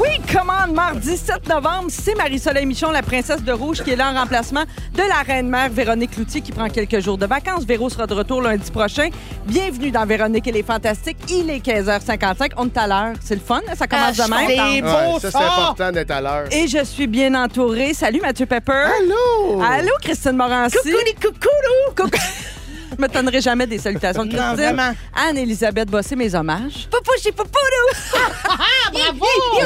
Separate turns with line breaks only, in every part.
Oui, commande, mardi 7 novembre, c'est Marie-Soleil Michon, la princesse de rouge, qui est là en remplacement de la reine-mère Véronique Loutier, qui prend quelques jours de vacances. Véro sera de retour lundi prochain. Bienvenue dans Véronique et les Fantastiques. Il est 15h55. On est à l'heure. C'est le fun, hein? ça commence
Ah, je
de même.
suis contente. Ah!
Ouais,
Beau
ça, c'est
fort.
important d'être à l'heure.
Et je suis bien entourée. Salut Mathieu Pepper.
Allô?
Allô Christine Morancy.
Coucou les coucourous.
Coucou. Je me tonnerai jamais des salutations de
Non,
Christine.
vraiment.
Anne-Elisabeth Bossé, mes hommages.
Poupou, j'ai poupou,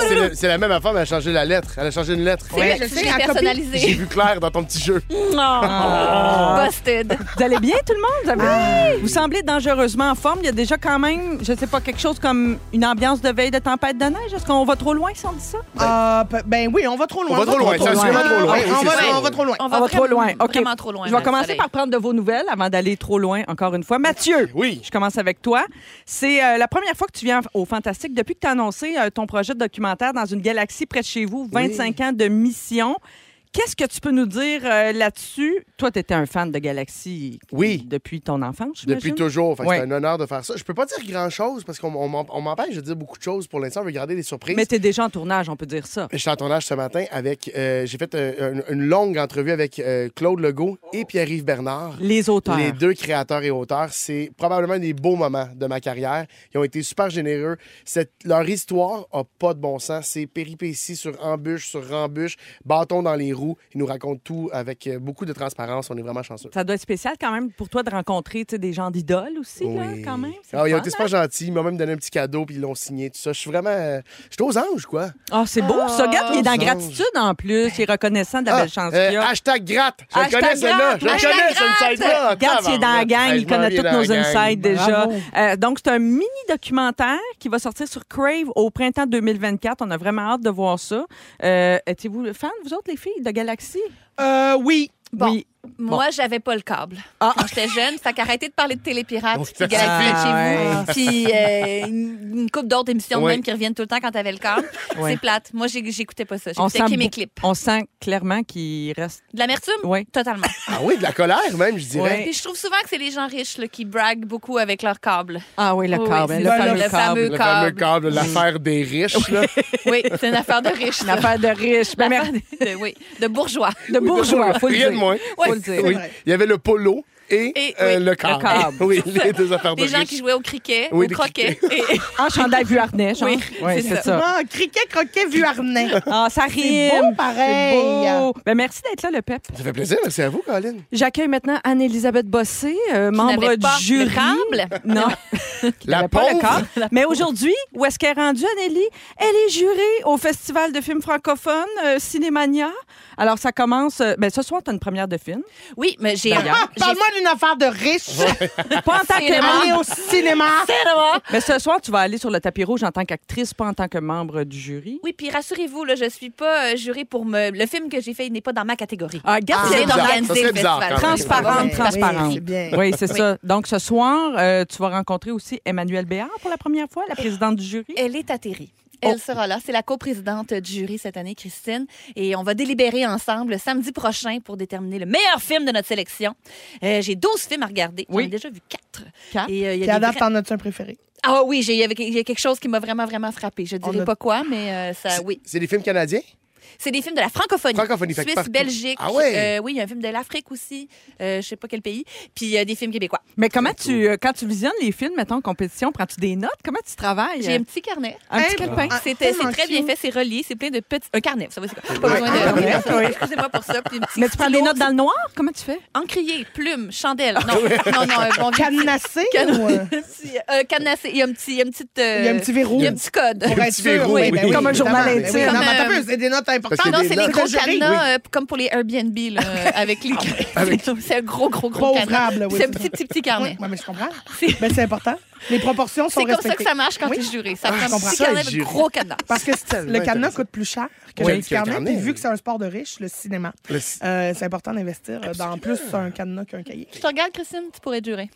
C'est le- C'est la même affaire, mais elle a changé la lettre. Elle a changé une lettre.
C'est
Ouais,
vrai,
je
je
sais,
l'ai
en copie,
J'ai
personnalisé.
vu clair dans ton petit jeu.
Ah.
Ah.
Busted.
Vous allez bien, tout le monde? Vous, avez- vous semblez dangereusement en forme. Il y a déjà quand même, je sais pas, quelque chose comme une ambiance de veille de tempête de neige. Est-ce qu'on va trop loin si on dit ça?
Ah, pe- ben oui, on va trop loin.
On va trop loin, ça, c'est vraiment trop loin.
Ah,
Oui,
on,
c'est
va,
ça.
on va trop loin.
On va trop
vraiment-
loin. OK.
Vraiment trop loin.
Je vais
Madame
commencer
Soleil.
par prendre de vos nouvelles avant d'aller trop loin encore une fois. Mathieu,
Ben Oui.
je commence avec toi. C'est euh, la première fois que tu viens au Fantastique depuis que tu as annoncé euh, ton projet de documentaire dans une galaxie près de chez vous, 25 ans de mission. Qu'est-ce que tu peux nous dire euh, là-dessus? Toi, tu étais un fan de Galaxie
Oui.
depuis ton enfance,
Depuis
j'imagine?
toujours. Fait que
Ouais.
C'est un honneur de faire ça. Je peux pas dire grand-chose parce qu'on on m'en- on m'empêche de dire beaucoup de choses pour l'instant. On veut garder des surprises.
Mais t'es déjà en tournage, on peut dire ça.
Je suis en tournage ce matin avec. euh, J'ai fait euh, une, une longue entrevue avec euh, Claude Legault et Pierre-Yves Bernard.
Les auteurs.
Les deux créateurs et auteurs, c'est probablement un des beaux moments de ma carrière. Ils ont été super généreux. Cette- leur histoire a pas de bon sens. C'est péripéties sur embûche, sur rembûche, bâton dans les roues. Ils nous racontent tout avec euh, beaucoup de transparence. On est vraiment chanceux.
Ça doit être spécial quand même pour toi de rencontrer tu sais, des gens d'idoles aussi, là,
Oui.
quand même. C'est
Ah, ils
le
ont
fun,
été
hein?
super gentils. Ils m'ont même donné un petit cadeau, puis ils l'ont signé, tout ça. Je suis vraiment. euh, Je suis aux anges, quoi.
Ah, c'est beau. Ça, regarde, il est dans
Ah.
gratitude en plus. Il est reconnaissant de la
Ah,
belle chance
euh,
qu'il a.
hashtag gratte. Je le
Hashtag
connais, celle-là. Je le
gratte.
connais,
Hashtag
ce inside-là. Ah,
Regarde, il est dans la gang,
Hey,
il
je m'en
connaît
viens
toutes
dans la
nos
gang.
insides déjà. Euh, donc, c'est un mini-documentaire qui va sortir sur Crave au printemps 2024. On a vraiment hâte de voir ça. Euh, Étiez-vous fan, vous autres, les filles, de Galaxy?
Euh, oui.
Bon.
Oui.
Moi, j'avais pas le câble.
Ah.
Quand j'étais jeune, ça arrêté de parler de télépirate,
On
puis de Galaxie
Ah,
de chez vous, puis euh, une, une couple d'autres émissions de
Oui.
même qui reviennent tout le temps quand t'avais le câble.
Ouais.
C'est plate. Moi, j'ai- j'écoutais pas ça.
On
J'écoutais que mes
beau-
clips.
on sent clairement qu'il reste.
De l'amertume?
Ouais.
Totalement.
Ah oui, de la colère, même, je dirais.
Ouais.
Puis je trouve souvent que c'est les gens riches là, qui braguent beaucoup avec leur câble.
Ah oui, le
Oui,
câble,
c'est
le,
ça,
fameux
le
câble.
fameux
Le fameux câble, l'affaire des riches, là.
Oui, c'est une affaire de riches.
Une affaire de riche, mais-
L'affaire de, oui, de bourgeois.
de bourgeois, faut le
Rien de
dire.
moins.
Faut le dire.
Oui. Il y avait le polo et,
Et,
euh,
oui,
le câble.
câble.
Oui, les deux affaires de
Des gens
riches.
qui jouaient au cricket,
Oui,
au
des
croquet. Et-
En chandail vu harnais, genre.
Oui,
Ouais,
c'est
c'est
ça.
ça.
Ah, criquet, croquet, vu harnais.
Ah, ça rime.
beau, pareil.
C'est beau. Ben, merci d'être là, le PEP.
Ça fait plaisir, merci à vous, Colin.
J'accueille maintenant Anne-Elisabeth Bossé, euh, membre
n'avait
du
pas le
jury.
câble.
Non. Qui
La
n'avait pas le
pauvre.
câble. Mais aujourd'hui, où est-ce qu'elle est rendue, Anneli? Elle est jurée au Festival de films francophones, euh, Cinémania. Alors, ça commence. euh, ben, ce soir, tu as une première de film.
Oui, mais j'ai
D'ailleurs.
un.
Ah, Parle-moi d'une affaire de riche.
Pas en tant que
Cinéma.
Aller au cinéma.
Mais ce soir, tu vas aller sur le tapis rouge en tant qu'actrice, pas en tant que membre du jury.
Oui, puis rassurez-vous, là, je suis pas euh, jurée pour me. Le film que j'ai fait il n'est pas dans ma catégorie.
Ah, regarde,
Ah,
c'est
J'ai
bizarre.
organisé
Ça serait
le
bizarre,
festival.
quand même.
Transparente,
Oui,
transparente.
c'est bien.
Oui, c'est ça. Donc, ce soir, euh, tu vas rencontrer aussi Emmanuel Béard pour la première fois, la présidente du jury.
Elle est atterrie.
Oh.
Elle sera là. C'est la coprésidente du jury cette année, Christine. Et on va délibérer ensemble samedi prochain pour déterminer le meilleur film de notre sélection. Euh, j'ai 12 films à regarder.
Oui.
J'en ai déjà vu 4.
Quatre.
Et, euh, il y
Puis
a
à
des
date,
vrais-
t'en as-tu un préféré?
Ah oui, j'ai- il y avait- il y a quelque chose qui m'a vraiment, vraiment frappé. Je ne
On
dirai
a-
pas quoi, mais euh, ça, oui.
C'est des films canadiens?
C'est des films de la francophonie.
Francophonie, fait que
Suisse,
partout.
Belgique.
Ah ouais?
Euh, oui, il y a un film de l'Afrique aussi. Euh, je sais pas quel pays. Puis euh, des films québécois.
Mais comment tu, euh, quand tu visionnes les films, mettons, en compétition, prends-tu des notes? Comment tu travailles?
J'ai un petit carnet.
Un petit
Hey,
calepin.
Ah,
C'est c'est
tellement
très bien
cute.
fait, c'est relié, c'est plein de petits. Un carnet, ça va, c'est quoi? Pas
Ouais,
besoin
un
de. Excusez-moi pour ça. Puis une petite
Ah, Mais tu prends des notes dans le noir? Comment tu fais?
Encrier, plume, chandelle. Non, non, non, euh, bon,
Ah, Cadenassé
Can-
ou, euh,
petit, euh, cadenassé. Il y a un petit. Il y a une petite, euh,
Il y a un petit verrou.
il y a un petit code.
Pour
Un
être
petit
sûr,
verrou,
oui, ben
oui.
oui,
Comme un
évidemment.
journal
Ben oui,
intime.
Non, mais
Comme,
t'as
euh,
vu, c'est des notes à important.
Parce qu'il y a
Non,
des
c'est
notes.
les gros
Le jury,
cadenas euh, comme pour les Airbnb, là, euh, avec
Ah,
les. c'est un gros, gros, gros
Pas
cadenas.
ouvrable, oui,
C'est un
c'est
petit, petit, petit
Oui,
carnet.
ouais, mais je comprends. Ben, c'est important. Les proportions sont
C'est comme ça
respectées.
que ça marche quand
Oui.
tu es juré.
Ah,
Ça prend
je
un petit
comprends.
carnet avec
Juré.
gros cadenas.
Parce que
C'est tellement
le cadenas
intéressant.
coûte plus cher que
Oui,
le petit
qu'un
carnet.
carnet,
Puis vu
oui.
que c'est un sport de riche, le cinéma,
Le c-
euh, c'est important d'investir euh, dans plus un cadenas qu'un cahier.
Je te regarde, Christine, tu pourrais être jurée.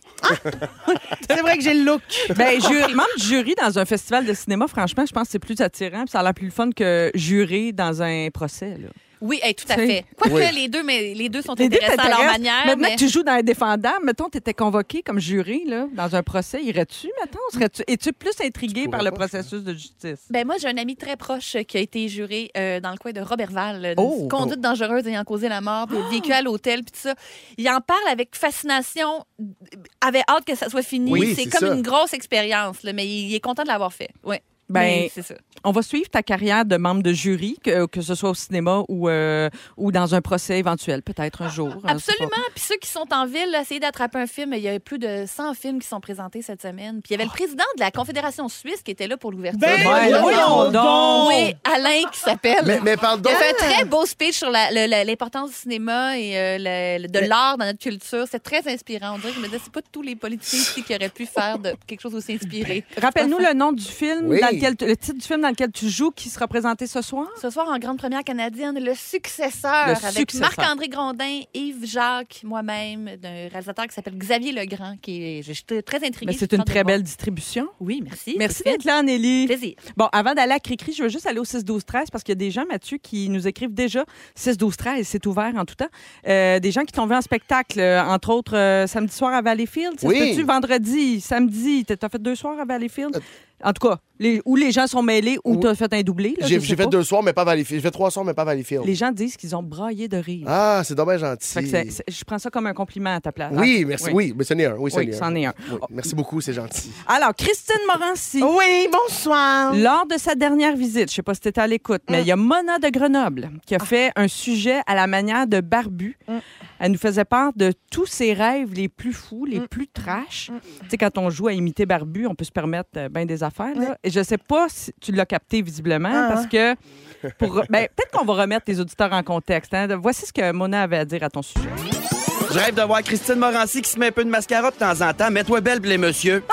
C'est vrai que j'ai le look.
Ben, ju- membre du jury dans un festival de cinéma, franchement, je pense que c'est plus attirant puis ça a l'air plus le fun que jurer dans un procès. Là.
Oui, hey, tout à
C'est-
fait. Quoique
Oui.
les deux, mais les deux sont
Les deux
intéressants à leur
t'intéressent.
manière.
Maintenant
mais-
que tu joues dans Indéfendable, mettons, tu étais convoqué comme juré là, dans un procès, irais-tu, mettons? Serais-tu- Es-tu plus intrigué
pourrais
par le
pas, je
processus de justice?
Ben moi, j'ai un ami très proche qui a été juré euh, dans le coin de Robertval, euh, d'une
Oh!
conduite dangereuse ayant causé la mort, puis
Ah!
vécu à l'hôtel, puis tout ça. Il en parle avec fascination, euh, avait hâte que ça soit fini.
Oui,
c'est
c'est
comme
ça.
une grosse expérience, là, mais il, il est content de l'avoir fait. Oui.
Ben,
Mais c'est ça.
On va suivre ta carrière de membre de jury, que, que ce soit au cinéma ou, euh, ou dans un procès éventuel, peut-être un jour. hein, c'est
Ah, Absolument. Puis ceux qui sont en ville, là, essayer d'attraper un film. Il y a eu plus de 100 films qui sont présentés cette semaine. Puis il y avait
Oh.
le président de la Confédération suisse qui était là pour l'ouverture.
Ben,
Ben,
voyons
voyons donc!
oui, Alain qui s'appelle.
Mais, mais pardon.
Il a fait un très beau speech sur la- le- la- l'importance du cinéma et euh, le- le- de l'art dans notre culture. C'est très inspirant. On dirait que je me disais, c'est pas tous les politiciens ici qui auraient pu faire de, quelque chose aussi inspiré.
pas- Ben, Rappelle-nous le nom du film,
Oui.
dans lequel tu- le titre du film dans lequel tu joues qui sera présenté ce soir.
Ce soir, en grande première canadienne, Le Successeur,
Le
avec
Successeur.
Marc-André Grondin, Yves Jacques, moi-même, d'un réalisateur qui s'appelle Xavier Legrand, qui est, je suis très intriguée.
Mais Ben, c'est
Je suis
une très
contente de
belle distribution.
voir. Oui, merci.
Merci
C'est fait.
d'être là, Nelly.
Plaisir.
Bon, avant d'aller à Cricri, je veux juste aller au 6-12-13 parce qu'il y a des gens, Mathieu, qui nous écrivent déjà 6-12-13, c'est ouvert en tout temps. Euh, des gens qui t'ont vu en spectacle, euh, entre autres euh, samedi soir à Valleyfield. Ça se
Oui. Euh,
peut-tu vendredi, samedi? T'as t'as fait deux soirs à Valleyfield? En tout cas, les, où les gens sont mêlés ou
Oui.
t'as fait un doublé. là,
J'ai
je sais
j'ai fait
pas.
deux soirs, mais pas Valleyfield. J'ai fait trois soirs, mais pas Valleyfield.
Les gens disent qu'ils ont braillé de rire.
Ah, c'est dommage
Fait que
gentil.
c'est- c'est- je prends ça comme un compliment à ta place.
Oui, merci.
Oui.
Oui, mais c'en est un. Oui, c'en
Oui,
est
c'en
un.
est un. Oh.
Oui, Merci beaucoup, c'est gentil.
Alors, Christine Morancy,
Oui, bonsoir. Mm.
Lors de sa dernière visite, je sais pas si t'étais à l'écoute, mais il y a Mona de Grenoble qui a
Ah.
fait un sujet à la manière de Barbu.
Mm.
Elle nous faisait part de tous ses rêves les plus fous,
Mm.
les plus trash. Tu sais, quand on joue à imiter Barbu, on peut se permettre euh, ben des affaires. là. Et je sais pas si tu l'as capté visiblement
Ah,
parce que pour ben, peut-être qu'on va remettre les auditeurs en contexte. hein. Voici ce que Mona avait à dire à ton sujet.
Je rêve de voir Christine Morancy qui se met un peu de mascara de temps en temps. Mets-toi belle, blé, monsieur.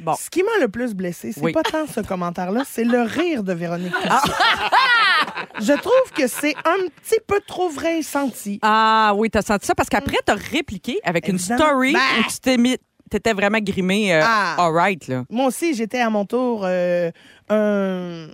Bon.
Ce qui m'a le plus blessé, c'est
Oui. Ah.
pas tant ce commentaire-là, c'est le rire de Véronique. Je trouve que c'est un petit peu trop vrai et senti. Mm.
Ah oui, t'as senti ça parce qu'après t'as répliqué avec une
Évidemment.
story
Ben.
où tu t'es mis, t'étais vraiment grimé. euh,
Ah.
All right là.
Moi aussi, j'étais à mon tour euh, un-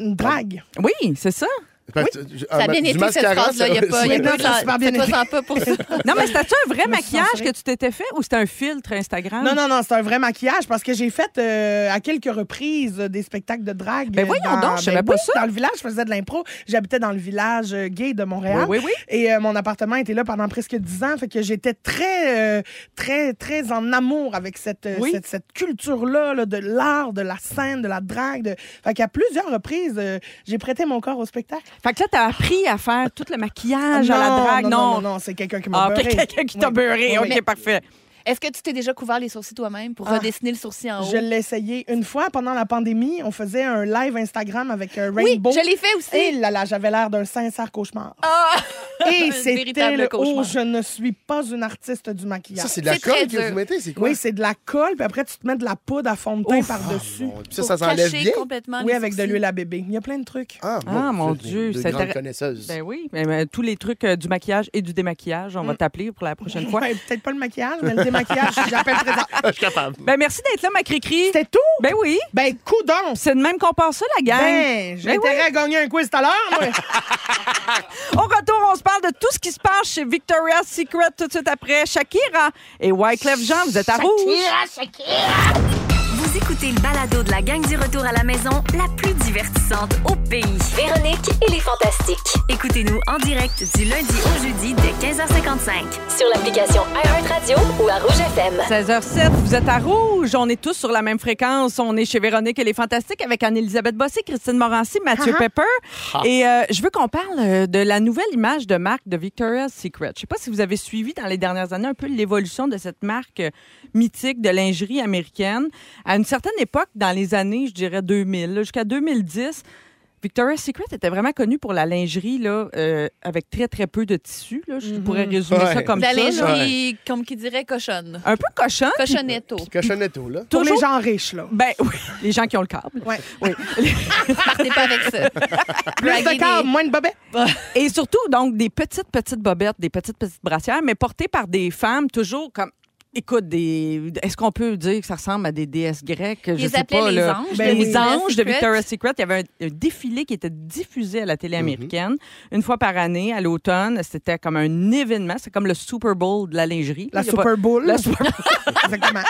une drague.
Ah. Oui, c'est ça. ah,
Ça
ben,
a bien été cette phrase-là. Il n'y a pas. il y a
Oui,
pas
non,
de-
ça a super bien
fais-toi
été.
sans pas pour ça.
Non, mais c'était-tu un vrai
me suis
maquillage
censurée.
que tu t'étais fait ou c'était un filtre Instagram?
Non, non, non, c'est un vrai maquillage parce que j'ai fait euh, à quelques reprises euh, des spectacles de drague.
Ben
euh,
voyons
dans-
donc, je savais pas
oui,
ça.
Dans le village, je faisais de l'impro. J'habitais dans le village euh, gay de Montréal.
Oui, oui, oui.
Et euh, mon appartement était là pendant presque 10 ans. Fait que j'étais très, euh, très, très en amour avec cette, euh,
Oui.
cette, cette culture-là là, de l'art, de la scène, de la drague. de- Fait qu'à plusieurs reprises, euh, j'ai prêté mon corps au spectacle.
Fait que là, t'as appris à faire tout le maquillage à la drague.
non, non, non,
Non,
non, c'est quelqu'un qui m'a
Ah, ok,
beurré.
quelqu'un qui t'a
Oui.
beurré.
Oui.
OK, parfait.
Est-ce que tu t'es déjà couvert les sourcils toi-même pour
Ah.
redessiner le sourcil en haut?
Ah. Je l'ai essayé une fois pendant la pandémie. On faisait un live Instagram avec euh,
oui,
Rainbow.
je l'ai fait aussi.
Et là, là, j'avais l'air d'un sincère cauchemar.
Ah!
Et
Un
c'était
véritable
le
cauchemar.
oh, je ne suis pas une artiste du
Ça,
maquillage.
c'est de la
C'est très
colle que
dur.
vous mettez, c'est quoi?
oui, c'est de la colle, puis après, tu te mets de la poudre à fond de teint par-dessus.
Bon, puis ça, ça
Pour
s'enlève
cacher
bien.
complètement
Oui,
les
avec de
sourcils.
l'huile à bébé. Il y a plein de trucs.
Ah,
Ah, mon
c'est
Dieu,
Une
c'est
grande
intéressant.
connaisseuse.
Ben oui, mais, mais tous les trucs euh, du maquillage et du démaquillage, on va t'appeler pour la prochaine fois.
Mm. Ouais, Peut-être pas le maquillage, mais le démaquillage, j'appelle présent.
Je suis capable.
Ben merci d'être là, ma Cricri.
C'était tout?
Ben oui,
Ben, coudon!
c'est de même qu'on passe ça, la gang.
Ben, j'ai
Ben oui.
intérêt à gagner un quiz tout à l'heure, moi.
Au retour, on se parle de tout ce qui se passe chez Victoria's Secret tout de suite après. Shakira et Wyclef Jean, vous êtes à rouge.
Vous écoutez le balado de la gang du retour à la maison, la plus divertissante au pays.
Véronique et les Fantastiques.
Écoutez-nous en direct du lundi au jeudi dès 15h55.
Sur l'application iHeartRadio ou à Rouge FM.
16h07, vous êtes à Rouge. On est tous sur la même fréquence. On est chez Véronique et les Fantastiques avec Anne-Elisabeth Bossé, Christine Morancy, Mathieu Pepper. Et euh, je veux qu'on parle euh, de la nouvelle image de marque de Victoria's Secret. Je sais pas si vous avez suivi dans les dernières années un peu l'évolution de cette marque euh, mythique de lingerie américaine. À une certaine certaine époque, dans les années, je dirais 2000, là, jusqu'à 2010, Victoria's Secret était vraiment connue pour la lingerie là, euh, avec très, très peu de tissu. là. Je pourrais résumer ça
Ouais.
comme
La
ça. là.
lingerie, comme qui dirait, cochonne.
Un peu cochon.
Cochonnetto.
Cochonetto, là.
Pour les
Toujours-
gens riches, là.
Ben oui, les gens qui ont le câble.
Ouais.
Oui.
Partez pas avec ça.
Plus de câbles, moins de bobettes.
Et surtout, donc, des petites, petites bobettes, des petites, petites brassières, mais portées par des femmes toujours comme. Écoute, des... est-ce qu'on peut dire que ça ressemble à des déesses grecques? Je
Ils
sais
appelaient
pas,
les
là.
anges.
Ben,
de
les
Victoria's
anges de
Secret.
Victoria's Secret. Il y avait un, un défilé qui était diffusé à la
Mm-hmm.
télé américaine une fois par année à l'automne. C'était comme un événement. C'est comme le Super Bowl de la lingerie.
La
Il y a pas-
Super Bowl.
La Super
Exactement.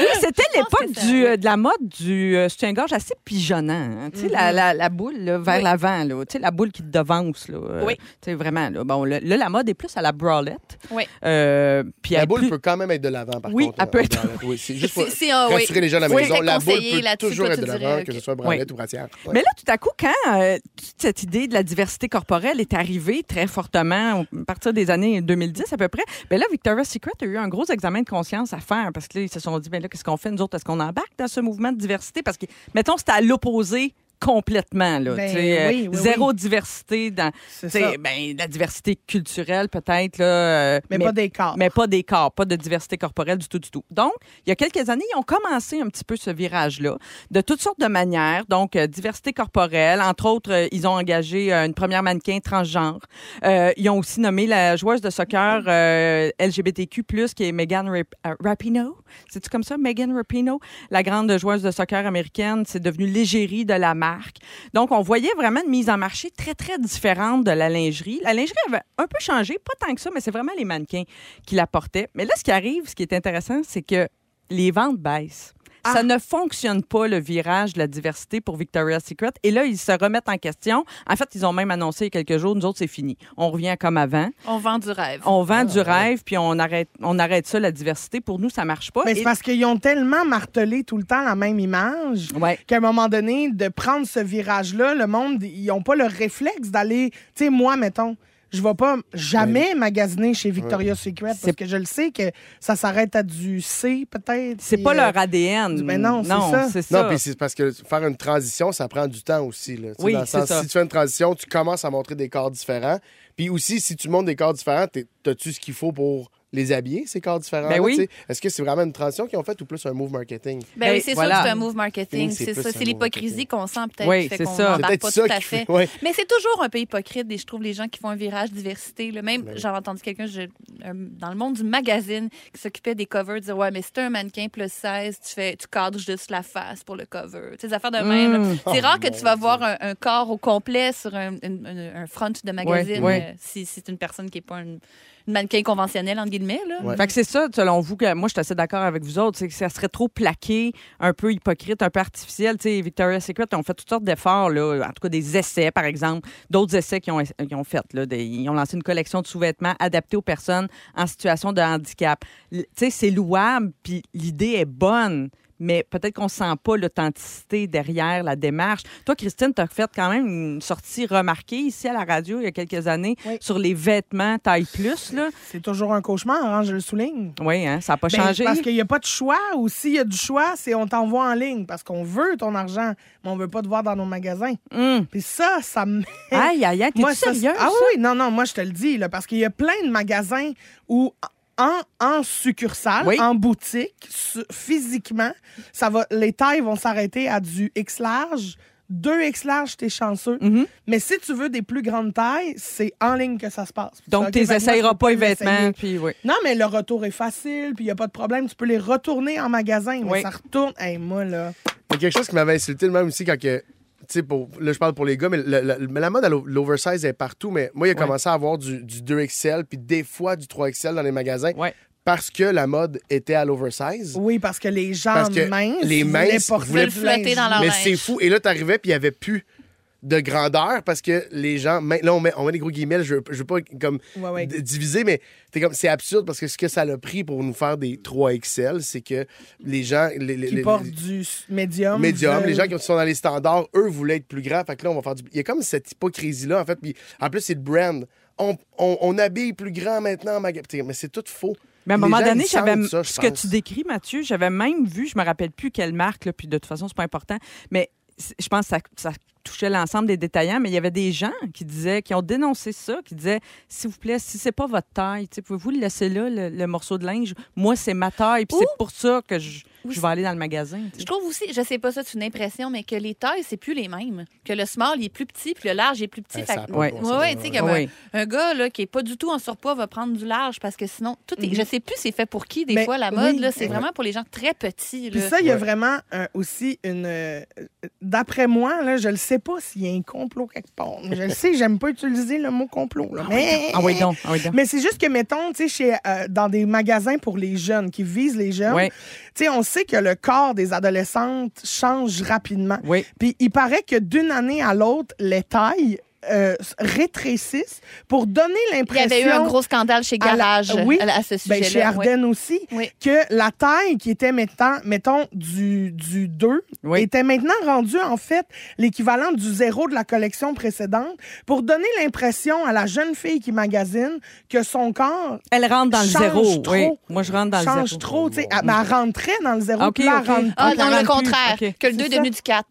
Oui, c'était l'époque
que ça-
du, euh, de la mode du euh, soutien-gorge assez pigeonnant. hein. Tu sais, la, la, la boule là, vers
Mm-hmm. Oui.
l'avant, là. tu sais, la boule qui te devance. Là, Euh,
Oui.
Tu sais, vraiment. Là, bon, là, là, la mode est plus à la bralette.
Oui.
Euh, puis
La
elle
boule
plus-
peut quand même être de l'avant, par
Oui,
contre.
elle
là,
peut
en
être-
bralette. Oui, c'est juste pour
C'est- c'est un- oui.
rassurer les gens à la
Oui.
maison.
Très
La boule
conseillé
peut
là-dessus,
toujours
toi,
être de
tu
l'avant,
dirais,
que
ok.
ce soit branlette ou bratière. Ouais.
Mais là, tout à coup, quand euh, toute cette idée de la diversité corporelle est arrivée très fortement au- à partir des années 2010 à peu près, ben là, Victoria's Secret a eu un gros examen de conscience à faire parce que là, ils se sont dit, ben là, qu'est-ce qu'on fait, nous autres? Est-ce qu'on embarque dans ce mouvement de diversité? Parce que, mettons, c'était à l'opposé complètement, là.
Ben,
tu sais, euh,
oui, oui,
zéro
oui.
diversité dans,
C'est
tu sais,
ça.
ben, la diversité culturelle peut-être, là. euh,
Mais, pas des corps.
mais pas des corps, pas de diversité corporelle du tout, du tout. Donc, il y a quelques années, ils ont commencé un petit peu ce virage-là, de toutes sortes de manières. Donc, euh, diversité corporelle, entre autres, euh, ils ont engagé euh, une première mannequin transgenre. Euh, ils ont aussi nommé la joueuse de
Mm-hmm.
soccer euh, LGBTQ+, qui est Megan Rap- euh, Rapinoe. C'est-tu comme ça? Megan Rapinoe, la grande joueuse de soccer américaine, c'est devenu l'égérie de la marque. Donc, on voyait vraiment une mise en marché très, très différente de la lingerie. La lingerie avait un peu changé, pas tant que ça, mais c'est vraiment les mannequins qui la portaient. Mais là, ce qui arrive, ce qui est intéressant, c'est que les ventes baissent.
Ah.
Ça ne fonctionne pas le virage de la diversité pour Victoria's Secret. Et là, ils se remettent en question. En fait, ils ont même annoncé il y a quelques jours, nous autres, c'est fini. On revient comme avant.
On vend du rêve.
On vend
Ah,
du rêve, puis on arrête, on arrête ça, la diversité. Pour nous, ça marche pas.
Mais c'est
Et-
parce qu'ils ont tellement martelé tout le temps la même image
Ouais.
qu'à un moment donné, de prendre ce virage-là, le monde, ils n'ont pas le réflexe d'aller. Tu sais, moi, mettons. Je vais pas jamais magasiner chez Victoria's Secret parce
C'est-
que je le sais que ça s'arrête à du C peut-être.
C'est
puis,
pas
euh,
leur ADN.
ben non, c'est ça.
c'est ça.
Non, puis c'est parce que faire une transition, ça prend du temps aussi. Là, Tu sais,
Oui,
dans le
c'est
sens,
ça.
si tu fais une transition, tu commences à montrer des corps différents. Puis aussi, si tu montres des corps différents, t'es- t'as-tu ce qu'il faut pour les habiller, ces corps différents?
Ben oui.
Est-ce que c'est vraiment une transition qu'ils ont faite ou plus un move marketing?
Ben
Ben,
oui, c'est
voilà.
sûr que c'est un move marketing.
Oui, c'est
C'est
plus
ça,
un
c'est
move
l'hypocrisie
marketing.
qu'on sent peut-être.
Oui,
qui fait
c'est
qu'on
ça. C'est
n'embarque
peut-être
pas
ça
tout à
qui fait-
fait.
ouais.
Mais c'est toujours un peu hypocrite, des- je trouve, les gens qui font un virage diversité. là.
Ben
Même, j'avais entendu quelqu'un je- un- dans le monde du magazine qui s'occupait des covers dire Ouais, mais si t'es un mannequin plus 16, tu, fais, tu cadres juste la face pour le cover. Tu sais, des affaires de même.
Hmm.
là. C'est
Oh,
rare que
mon
tu vas voir un, un corps au complet sur un, une- une- un front de magazine
ouais.
euh, si, si c'est une personne qui n'est pas une, une mannequin conventionnelle, entre guillemets. Là.
Ouais.
Fait que c'est ça, selon vous, que moi, je suis assez d'accord avec vous autres, c'est que ça serait trop plaqué, un peu hypocrite, un peu artificiel. Tu sais, Victoria's Secret ont fait toutes sortes d'efforts, là, en tout cas des essais, par exemple, d'autres essais qu'ils ont, qu'ils ont fait. Là, des- ils ont lancé une collection de sous-vêtements adaptés aux personnes en situation de handicap. L- Tu sais, c'est louable, puis l'idée est bonne. Mais peut-être qu'on sent pas l'authenticité derrière la démarche. Toi, Christine, tu as fait quand même une sortie remarquée ici à la radio il y a quelques années
Oui.
sur les vêtements taille plus. Là.
C'est toujours un cauchemar, hein, je le souligne.
Oui, hein, ça n'a pas
Ben,
changé.
Parce qu'il n'y a pas de choix. Ou s'il y a du choix, c'est on t'envoie en ligne parce qu'on veut ton argent, mais on veut pas te voir dans nos magasins.
Hum.
Puis ça, ça me.
Aïe, aïe, aïe,
Moi,
t'es
ça, c'est-
sérieux?
Ah oui, non, non, moi, je te le dis, là, parce qu'il y a plein de magasins où. En, en succursale,
Oui.
en boutique, su- physiquement, ça va, les tailles vont s'arrêter à du X large. Deux X large, t'es chanceux.
Mhm.
Mais si tu veux des plus grandes tailles, c'est en ligne que ça se passe.
Donc,
Ok,
tu
fait que moi, je
n'essayeras
peux
pas les
l'essayer.
vêtements, puis oui.
Non, mais le retour est facile, puis il n'y a pas de problème. Tu peux les retourner en magasin, mais
Oui.
ça retourne. Hey, moi, là.
Il y a quelque chose qui m'avait insulté le même aussi quand que. Tu sais, pour, là, je parle pour les gars, mais le- le- le- la mode à l'o- l'oversize est partout. Mais moi, il a commencé à avoir du, du 2XL, puis des fois du 3XL dans les magasins,
Ouais.
parce que la mode était à l'oversize.
Oui, parce que les gens
Parce que
minces.
les minces
voulaient porter
voulaient
du
le flotter
linge.
dans leur-
Mais
linge.
c'est fou. Et là, t'arrivais, puis il n'y avait plus de grandeur parce que les gens. mais- Là, on met, on met des gros guillemets, je ne veux pas comme
Ouais, ouais.
d- diviser, mais t'es comme c'est absurde parce que ce que ça a pris pour nous faire des 3XL, c'est que les gens. Les, les-
Qui
les-
portent du s-
Ah,
médium.
médium.
du-
Les gens qui sont dans les standards, eux, voulaient être plus grands. Fait que là, on va faire du. Il y a comme cette hypocrisie-là, en fait. Puis en plus, c'est le brand. On, on- on habille plus grand maintenant en maga- T'sais, Mais c'est tout faux.
Mais à un
Les
moment
gens,
donné,
ils
j'avais
sentent ça, je
ce que
pense.
tu décris, Mathieu, j'avais même vu, je me rappelle plus quelle marque, là, puis de toute façon, c'est pas important, mais c- je pense que ça, ça touchait l'ensemble des détaillants, mais il y avait des gens qui disaient, qui ont dénoncé ça, qui disaient, s'il vous plaît, si c'est pas votre taille, tu sais, pouvez-vous le laisser là, le, le morceau de linge? Moi, c'est ma taille, puis
Ou-
c'est pour ça que je,
Ou
je vais aller dans le magasin. tu
Je
sais.
trouve aussi, je sais pas ça, c'est une impression, mais que les tailles, c'est plus les mêmes. Que le small, il est plus petit, puis le large, il est plus petit.
Ouais,
Fait
ça a
que-
pas de
Ouais.
bon
Ouais,
sens.
ouais, tu sais, comme
Oui.
un, un gars là, qui est pas du tout en surpoids va prendre du large parce que sinon, tout est, je sais plus c'est fait pour qui, des
Mm-hmm. Mais
fois, la
oui.
mode. là, c'est
Ouais.
vraiment pour les gens très petits.
Puis
là.
ça, il y a
Ouais.
vraiment euh, aussi une. euh, D'après moi, là, je ne sais pas s'il y a un complot quelque part. Je le sais, j'aime pas utiliser le mot complot. là, mais
Ah oui, donc, ah oui, donc.
mais c'est juste que, mettons, tu sais, chez, euh, dans des magasins pour les jeunes, qui visent les jeunes,
Ouais.
tu sais, on sait que le corps des adolescentes change rapidement.
Oui.
Puis il paraît que d'une année à l'autre, les tailles euh, s- rétrécissent pour donner
Il y
l'impression...
avait eu un gros scandale chez
à la-
Garage
oui,
à, la- à ce
ben,
sujet-là.
chez
ouais.
Ardennes aussi,
Oui.
que la taille qui était maintenant, mettons, du, du 2
Oui.
était maintenant rendue, en fait, l'équivalent du 0 de la collection précédente pour donner l'impression à la jeune fille qui magasine que son corps
Elle rentre dans le
Change
zéro.
trop.
Oui. Moi, je rentre dans le
change
zéro. Oh,
trop. tu sais, Elle, ben, elle rentrait dans le 0,
OK,
puis là, elle
OK.
rentre
Ah,
Donc,
non,
on
le
rentre plus.
contraire.
OK.
Que le
C'est
2 est
ça.
devenu du 4.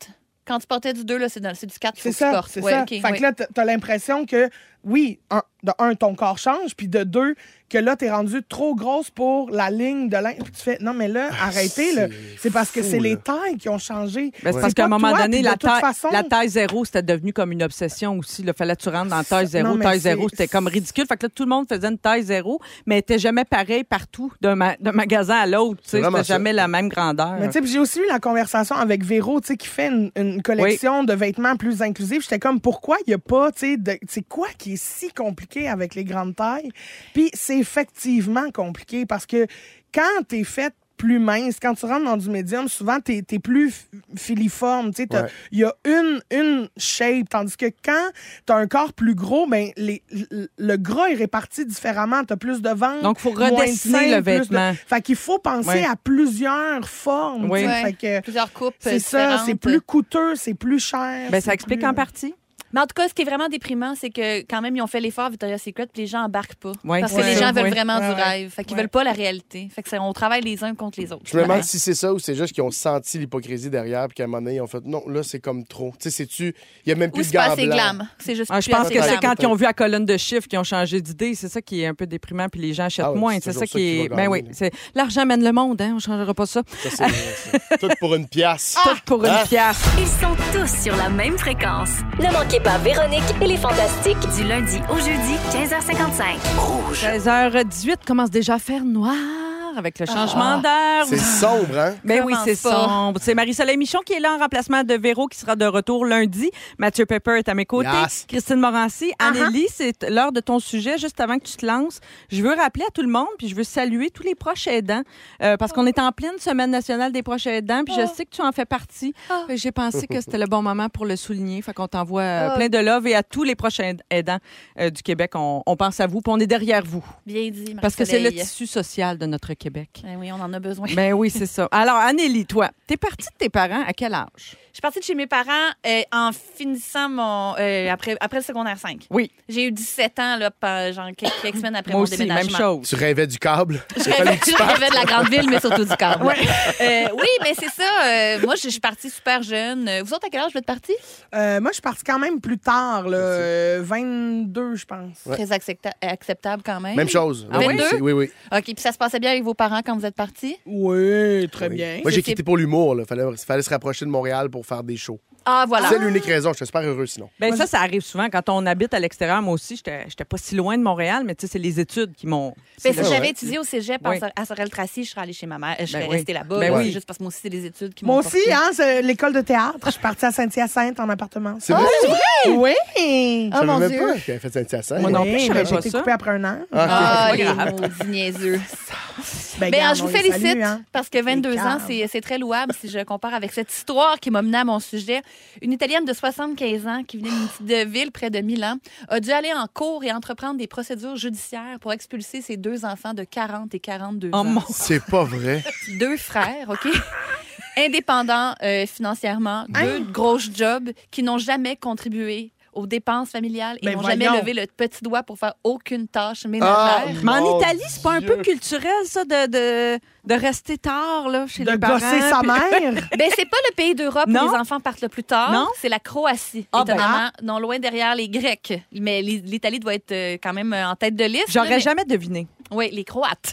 Quand tu portais du 2, là, c'est dans- c'est du 4 qu'il faut
C'est
que tu
ça,
portes.
c'est
Ouais,
ça.
OK,
fait
ouais.
que là, t'as t'as l'impression que, oui, un- de un, ton corps change, puis de deux, que là, t'es rendu trop grosse pour la ligne de linge. Puis tu fais, non, mais là, arrêtez, là. C'est parce que
Ah, fou,
c'est
là.
les tailles qui ont changé.
Ben,
C'est
c'est parce qu'à
pas
un moment
toi,
donné,
puis de
la
toute
taille,
façon-
la taille zéro, c'était devenu comme une obsession aussi. Il fallait que tu rentres dans taille
Ça-
zéro,
non, mais
taille
c'est-
zéro. C'était comme ridicule. Fait que là, tout le monde faisait une taille zéro, mais elle était jamais pareil partout, d'un ma- d'un magasin à l'autre. tu sais.
vraiment
C'était
ça.
jamais la même grandeur.
Mais tu sais, puis j'ai aussi eu la conversation avec Véro, tu sais, qui fait une, une collection de vêtements plus inclusifs. J'étais comme, pourquoi il n'y a pas, tu sais, de- c'est quoi qui est si compliqué avec les grandes tailles? Puis c'est effectivement compliqué parce que quand t'es faite plus mince, quand tu rentres dans du médium, souvent t'es es plus f- filiforme, tu sais, t'as-
Ouais.
il y a une, une shape, tandis que quand t'as un corps plus gros, ben, les, le, le gras est réparti différemment, t'as plus de ventre.
Donc, faut
moins de
redessiner
seins,
le
plus de-
vêtement.
Fait qu'il faut penser
Ouais.
à plusieurs formes,
Oui.
tu sais,
Ouais.
fait que-
Plusieurs coupes.
c'est ça,
différentes.
c'est plus coûteux, c'est plus cher.
Ben,
c'est
ça explique
plus-
en partie.
Mais en tout cas, ce qui est vraiment déprimant, c'est que quand même, ils ont fait l'effort Victoria's Secret, puis les gens embarquent pas.
Ouais,
parce que
c'est
les
ça,
gens veulent
ouais.
vraiment
Ouais,
du
ouais.
rêve. Fait qu'ils
Ouais.
veulent pas la réalité. Fait que c'est- on travaille les uns contre les autres.
Je me demande
Voilà.
si c'est ça ou c'est juste qu'ils ont senti l'hypocrisie derrière, puis qu'à un moment donné, ils ont fait non, là, c'est comme trop. Tu sais, c'est-tu. Il y a même
Ou
plus de
c'est pas
gants
assez
blancs.
glam. C'est juste
Ah, je
plus
pense
assez
que c'est
glam.
quand ils ont vu la colonne de chiffres qu'ils ont changé d'idée. C'est ça qui est un peu déprimant, puis les gens achètent
Ah oui,
moins.
c'est
C'est
toujours
ça
ça
qui
qui
est.
va
Ben
gagner,
oui,
là.
c'est l'argent mène le monde, hein. On changera pas ça.
Ça, c'est vrai, ça. Tout pour une pièce.
Tout pour une
Ah!
pièce.
Ils sont tous sur la même fréquence.
Ne manquez pas Véronique et les Fantastiques.
Du lundi au jeudi, 15h55.
16h18 commence déjà à faire noir avec le changement d'heure.
C'est sombre, hein?
Ben oui,
Ah. Commence
c'est
pas.
sombre. C'est Marie-Soleil Michon qui est là en remplacement de Véro qui sera de retour lundi. Mathieu Pepper est à mes côtés.
Yes.
Christine Morancy. Anélie, c'est l'heure de ton sujet juste avant que tu te lances. Je veux rappeler à tout le monde puis je veux saluer tous les proches aidants euh, parce qu'on est en pleine semaine nationale des proches aidants
Ah.
puis je sais que tu en fais partie. Fait que J'ai pensé que c'était le bon moment pour le souligner. Fait qu'on t'envoie euh,
Ah.
plein de love et à tous les proches aid- aidants euh, du Québec. On, on pense à vous puis on est derrière vous
Bien dit,
parce que c'est le
Marie-Soleil.
tissu social de notre Québec.
Ben oui, on en a besoin.
Ben oui, c'est ça. Alors, Anélie, toi, t'es partie de tes parents à quel âge?
Je suis partie de chez mes parents euh, en finissant mon. euh, après, après le secondaire 5.
Oui.
J'ai eu 17 ans, là, par- genre quelques, quelques semaines après
Moi
mon
aussi, même
déménagement.
chose.
Tu rêvais du câble?
Je rêvais, je rêvais de la grande ville, mais surtout du câble. Euh, oui, mais c'est ça. euh, moi, je je suis partie super jeune. Euh, Vous autres, à quel âge vous êtes partie?
Euh, moi, je suis partie quand même plus tard, là, euh, 22, je pense.
Ouais.
Très accepta- acceptable quand même.
Même chose.
Ah
Oui,
ouais?
c'est- oui, oui.
OK, puis ça se passait bien avec vos parents quand vous êtes partie?
Oui, très
Oui.
bien.
Moi, j'ai
C'était-
quitté pour l'humour. Il fallait, fallait se rapprocher de Montréal pour faire des shows.
Ah, voilà.
C'est l'unique raison. J'étais super heureux sinon.
Ben ça, ça arrive souvent quand on habite à l'extérieur. Moi aussi, j'étais j'étais pas si loin de Montréal, mais tu sais, c'est les études qui m'ont.
Ben,
c'est
si
vrai.
j'avais étudié au cégep en
Oui.
Sor- à Sorel-Tracy, je serais allée chez ma mère. Je serais
Ben oui.
restée là-bas.
Ben
là,
oui.
C'est juste parce que moi aussi, c'est les études qui m'ont
Moi aussi,
portée.
hein, c'est l'école de théâtre. Je suis partie à Saint-Hyacinthe en appartement. Oh,
C'est vrai?
Oui! Ah,
Je savais
Ah, mon
même
Dieu.
pas qu'il avait fait Saint-Hyacinthe.
Moi non plus, je
Oui,
savais
ben, J'ai
pas
été
ça.
coupée après un an.
Ah,
c'est
les
pas
maudits niaiseux. Ben,
Ben, garde,
je vous
on les
félicite
salue, hein.
parce que 22 ans,
calme.
c'est c'est très louable si je compare avec cette histoire qui m'a mené à mon sujet. Une Italienne de 75 ans qui venait d'une petite ville près de Milan a dû aller en cours et entreprendre des procédures judiciaires pour expulser ses deux enfants de 40 et 42
Oh
ans.
mon.
C'est pas vrai.
Deux frères, OK?
Hein?
Indépendants euh, financièrement, deux gros jobs qui n'ont jamais contribué aux dépenses familiales et
Ben
n'ont jamais
voyons. Ah,
levé le petit doigt pour faire aucune tâche ménagère.
Mais en
Mon
Italie, c'est pas un
Dieu.
peu culturel, ça, de, de, de rester tard là, chez
De
les parents?
gosser sa
puis-
mère.
Ben, c'est pas le pays d'Europe où
Non.
les enfants partent le plus tard.
Non.
C'est la Croatie,
Ah, ben,
étonnamment. Non, loin derrière les Grecs. Mais l'I- l'Italie doit être euh, quand même euh, en tête de liste. là,
J'aurais
mais-
jamais deviné.
Oui, les Croates.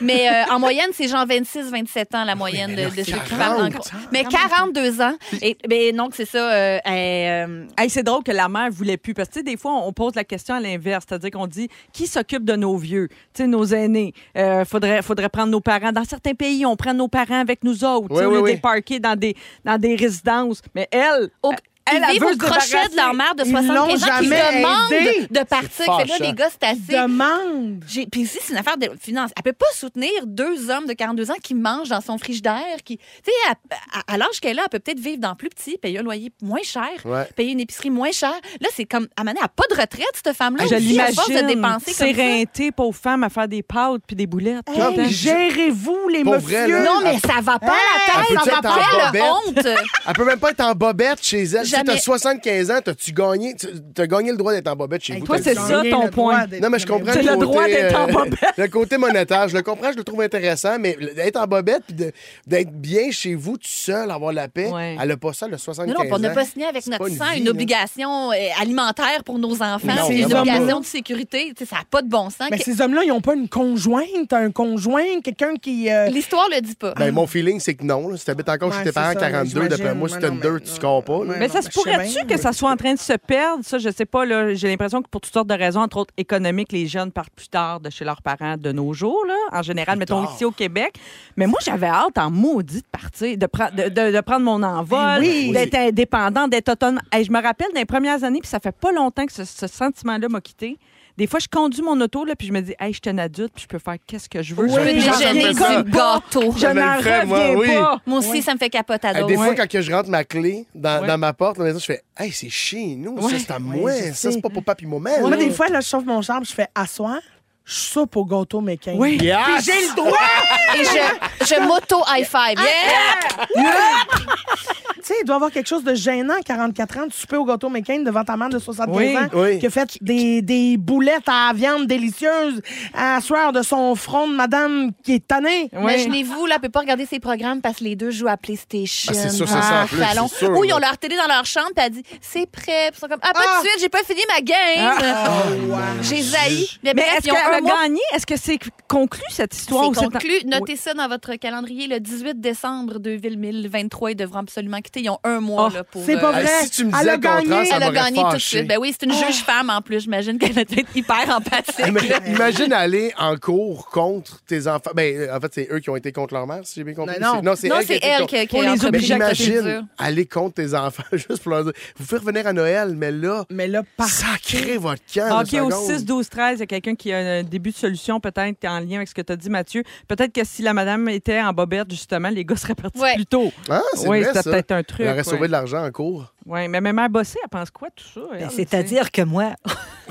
Mais euh, en moyenne, c'est genre 26-27 ans, la moyenne de, de ceux qui partent en Croatie. Mais 42 ans. Et, ben, donc, c'est ça. euh, euh,
Hey, c'est drôle que la mère voulait plus. Parce que, tu sais, des fois, on pose la question à l'inverse. C'est-à-dire qu'on dit qui s'occupe de nos vieux, tu sais, nos aînés. Euh, faudrait, faudrait prendre nos parents. Dans certains pays, on prend nos parents avec nous autres. tu
Oui,
sais, au
oui,
lieu de
oui.
les parquer dans des, dans des résidences. Mais elle,
au-
elle,
ils
elle
vivent
veut
au
se
crochet de leur
débarrasser.
mère de
Ils l'ont
75 ans qui
jamais aidé.
demande de
C'est
partir. Fait là,
fâchant.
les gars, c'est assez.
Demande.
J'ai- Puis ici, c'est une affaire de finance. Elle peut pas soutenir deux hommes de 42 ans qui mangent dans son frigidaire. Qui, tu sais, à, à- à l'âge qu'elle a, elle peut peut-être vivre dans plus petit, payer un loyer moins cher,
Ouais.
payer une épicerie moins chère. Là, c'est comme, à un moment donné, elle a pas de retraite, cette femme-là.
Je
aussi, à force de
l'imagine.
dépenser
C'est
comme ça.
reinté, pauvre femme, à faire des pâtes puis des boulettes. tout le
Hey,
temps.
gérez-vous, les
Pour vrai,
messieurs.
là.
Non, mais ça va pas
Hey,
la
elle
tête,
peut
ça
être
va
en
pas
bobette.
la honte.
Elle peut même pas être en bobette chez elle. Si t'as
Jamais.
75 ans, t'as-tu gagné, tu- t'as gagné le droit d'être en bobette chez vous.
toi,
t'as
c'est
le
Vous
droit.
ça,
avez
ton
le droit
point.
d'être
Non, mais je
comme-
comprends
T'as
le,
le
côté, euh,
droit d'être en bobette.
Le côté monétaire, je le comprends, je le trouve intéressant, mais d'être en bobette puis de- d'être bien chez vous, tout seul, avoir la paix,
Ouais.
elle a pas ça, le 75
Non, non, on n'a
ans.
pas signé avec
C'est
notre
pas une
sang
vie,
une
là.
obligation euh, alimentaire pour nos enfants,
Non,
puis une
vraiment
obligation
pas.
de sécurité. Tu sais, ça n'a pas de bon sens.
Mais
Que-
ces hommes-là, ils n'ont pas une conjointe, un conjoint, quelqu'un qui. euh,
L'histoire le dit pas.
Ben, mon feeling, c'est que non. là. Si t'habites encore
Ouais,
chez tes
c'est
parents à
ça,
42, d'après
j'imagine.
moi, si t'as
Ouais,
une
non,
2,
mais-
tu scores pas. là.
Ouais.
Mais
Non,
ça se
mais je sais
pourrait-tu
bien,
que
mais-
ça soit en train de se perdre? Ça, je sais pas. là, J'ai l'impression que pour toutes sortes de raisons, entre autres économiques, les jeunes partent plus tard de chez leurs parents de nos jours, là, en général, mettons
tard.
ici au Québec. Mais moi, j'avais hâte en maudit de partir, de, pre- de, de- de prendre
Ben
mon envol,
oui.
d'être indépendant, d'être autonome. Hey, je me rappelle dans les premières années, puis ça fait pas longtemps que ce, ce sentiment-là m'a quitté. Des fois, je conduis mon auto, là, puis je me dis, hey, je suis un adulte, puis je peux faire qu'est-ce que je veux.
Oui,
je
mais
n'en
j'aime
reviens
ça.
comme pas.
Gâteau.
Je
me
n'en
le ferais, moi,
reviens
oui.
pas.
Moi aussi, ça me fait capoter à
Hey,
d'autres.
des fois,
Ouais.
quand que je rentre ma clé dans,
Ouais.
dans ma porte, dans la maison, je fais Hey, c'est chez nous, ça, c'est à moi,
je
ça,
sais.
c'est pas pour papi maman.
Moi,
là.
des fois, là, je chauffe mon charme, je fais asseoir, je soupe au gâteau mécanique.
Oui.
Yes!
J'ai le droit! Ah,
Et je, je m'auto high five. Yeah!
tu sais, il doit y avoir quelque chose de gênant, 44 ans, de souper au gâteau mécanique devant ta mère de 75
Oui.
ans,
Oui.
qui a fait des, des boulettes à viande délicieuse, à soir de son front de madame qui est tannée.
Oui.
Imaginez-vous, là, elle peut pas regarder ses programmes parce que les deux jouent à PlayStation.
Ah, c'est sûr, ça,
dans
ça, en
leur
plus,
salon.
c'est sûr,
Ou ils ont
là.
leur télé dans leur chambre, puis elle dit c'est prêt. Puis ils sont comme ah pas
Ah!
de suite, j'ai pas fini ma game. Oh,
Oh,
J'ai zaï. Mais,
Ah! Mais
bref,
est-ce
ils ont un
qu'elle
mois
a gagné? Est-ce que c'est conclu, cette histoire? ou
C'est
c'est-
conclu. Notez ça dans votre calendrier. Le 18 décembre 2023, ils devront absolument quitter. Ils ont un mois
Oh,
là, pour.
C'est
euh,
pas vrai.
Hey, si tu me disais
Elle a
le contraire,
gagné.
ça
Elle a
m'aurait
gagné tout de
fâché.
suite. Ben oui, c'est une juge femme en plus. J'imagine qu'elle a dû être hyper empathique.
Ah,
Euh,
Mais imagine aller en cours contre tes enfants. Ben, euh, en fait, c'est eux qui ont été contre leur mère, si j'ai bien compris.
Non, non.
c'est
non,
elle qui a
c'est
été
elle
contre-
qui, qui
Pour les
a
Mais
entrepris la procédure.
j'imagine aller contre tes enfants juste pour leur dire Vous pouvez revenir à Noël, mais là,
Mais là, par
sacrez votre camp.
Ah, OK, au 6, 12, 13, il y a quelqu'un qui a un début de solution, peut-être en lien avec ce que tu as dit, Mathieu. Peut-être que si la madame était en bobette, justement, les gars seraient partis
Ouais.
plus tôt.
Ah, c'est
Oui,
vrai,
c'était
ça.
peut-être un
Elle
truc.
aurait
ouais.
sauvé de l'argent en cours.
Ouais, mais ma mère bossée, elle pense quoi, tout ça? elle,
Ben, C'est-à-dire que moi,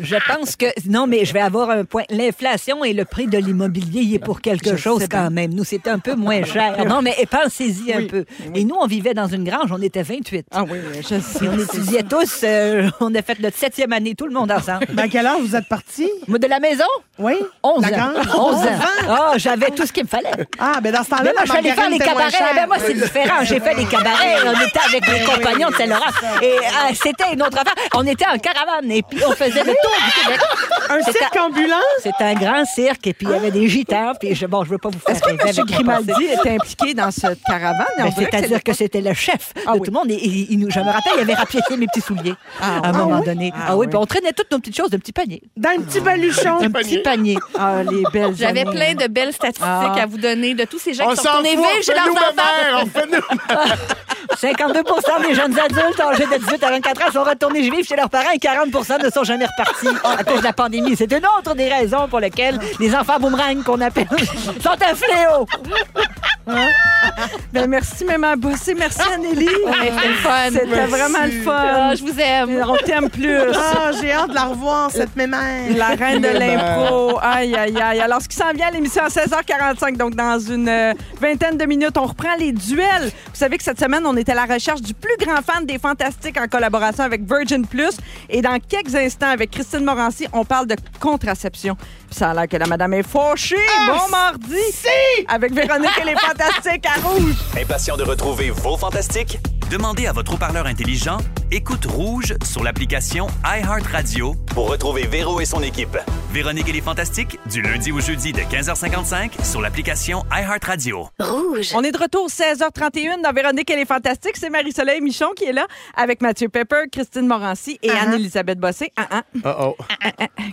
je pense que. Non, mais je vais avoir un point. L'inflation et le prix de l'immobilier, il est pour quelque
Je
chose
sais bien.
quand même. Nous, c'était un peu moins cher. Non, mais pensez-y un peu. Et nous, on vivait dans une grange, on était 28.
tu sais? Ah oui, je sais.
Et on étudiait tous. euh, on a fait notre septième année, tout le monde ensemble.
Ben, à quelle heure vous êtes partis?
Moi, de la maison,
Oui?
11
La
ans.
grande?
11 ans. Ah, j'avais tout ce qu'il me fallait.
Ah, ben dans ce temps-là,
Mais moi,
la
je suis allée faire
margarine
les
était moins
cabarets.
chère.
Ben, moi, c'est différent. J'ai fait les cabarets. On était avec les compagnons de Saint-Laurent. Et euh, c'était une autre affaire. On était en caravane et puis on faisait le tour du Québec.
Un
C'est
cirque ambulant?
C'est un grand cirque et puis il y avait des gitans. Puis je, bon, je veux pas vous faire
Est-ce que
rêver
M.
avec mon passé.
Grimaldi était impliqué dans cette caravane? On
Ben,
dirait que
C'est-à-dire que c'était le chef
Ah
de
oui.
tout le monde. Et, et- il nous, je me rappelle, il avait rapiété mes petits souliers
Ah
à un
oui.
moment
Ah oui.
donné. Ah,
Ah
oui,
oui.
puis on traînait toutes nos petites choses, de petits paniers.
Dans un petit baluchon.
Un petit panier.
Ah, les belles
J'avais
années.
plein de belles statistiques
Ah.
à vous donner de tous ces gens
On
qui sont
s'en fout,
retournés vivre chez leurs
fais-nous ma
enfants.
mère, on fait-nous.
52 des jeunes adultes âgés de 18 à 24 ans sont retournés vivre chez leurs parents et 40 ne sont jamais repartis à cause de la pandémie. C'est une autre des raisons pour lesquelles les enfants boomerang qu'on appelle sont un fléau.
Hein? Ben, merci, maman bossée. Merci, Anneli.
C'était le fun.
C'était vraiment le fun.
Ah, je vous aime.
On t'aime plus.
Ah, j'ai hâte de la revoir, cette mémère.
La reine
Ben.
de l'impro. Aïe, aïe, aïe. Alors, ce qui s'en vient à l'émission à 16h45, donc dans une euh, vingtaine de minutes, on reprend les duels. Vous savez que cette semaine, on était à la recherche du plus grand fan des Fantastiques en collaboration avec Virgin Plus. Et dans quelques instants, avec Christine Morancy, on parle de contraception. Puis ça a l'air que la madame est fauchée. bon mardi! Avec Véronique et les Fantastiques à rouge.
Impatient de retrouver vos fantastiques? Demandez à votre haut-parleur intelligent Écoute Rouge sur l'application iHeartRadio pour retrouver Véro et son équipe. Véronique et les Fantastiques, du lundi au jeudi de 15h55 sur l'application iHeartRadio.
On est de retour 16h31 dans Véronique et les Fantastiques. C'est Marie-Soleil Michon qui est là avec Mathieu Pepper, Christine Morancy
Uh-huh.
et Anne-Elisabeth Bossé. Ah, ah,
Oh, oh.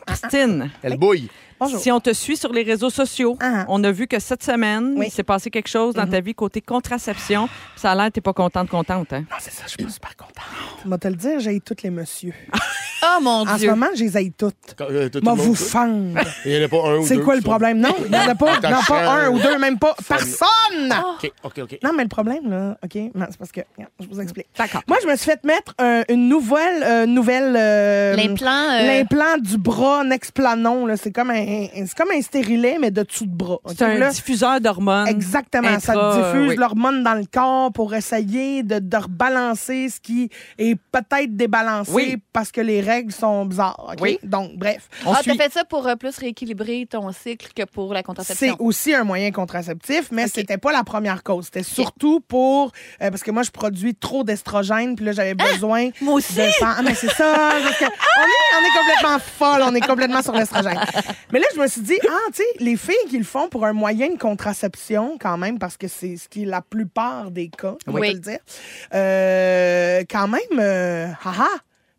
Christine,
Elle bouille.
Bonjour.
si on te suit sur les réseaux sociaux,
Ah.
on a vu que cette semaine,
Oui. Mm-hmm.
il s'est passé quelque chose dans ta vie côté contraception. Puis Ça a l'air que t'es pas contente, contente. Hein?
Non, c'est ça, je suis pas super contente. Je vais te le dire, j'ai tous les messieurs.
Oh mon
En ce
Dieu.
moment, je les haïs toutes.
Quand, euh, tout le
Moi,
monde,
vous
tout.
fendre.
Il y en a pas un ou
C'est
deux
quoi
qui
le
sont-
problème? Non, il n'y en a pas,
T'as
non, pas
cher.
un ou deux, même pas personne!
Ah.
OK, OK, OK.
Non, mais le problème, là, OK, non, c'est parce que, regarde, je vous explique.
D'accord.
Moi, je me suis fait mettre euh, une nouvelle, euh, nouvelle. euh,
L'implant. euh,
L'implant du bras Nexplanon, là, c'est comme un, un- c'est comme un stérilet mais de dessous de bras. OK?
C'est un
Là,
diffuseur d'hormones.
Exactement,
intra-
ça diffuse
oui.
l'hormone dans le corps pour essayer de, de rebalancer ce qui est peut-être débalancé
Oui.
parce que les règles sont bizarres. OK?
Oui.
Donc, bref.
On
ah, t'as
suit.
fait ça pour euh, plus rééquilibrer ton cycle que pour la
C'est
contraception.
aussi un moyen contraceptif, mais c'était pas la première cause. C'était surtout pour euh, parce que moi je produis trop d'estrogène, puis là j'avais
Ah!
besoin
Moi aussi!
de sang. Ah, mais c'est ça. parce que on, est, on est complètement folle, on est complètement sur l'estrogène. Mais là je me suis dit ah tu sais les filles qui le font pour un moyen de contraception quand même parce que c'est ce qui est la plupart des cas, on
Oui.
va te le dire. Euh, quand même, euh, haha.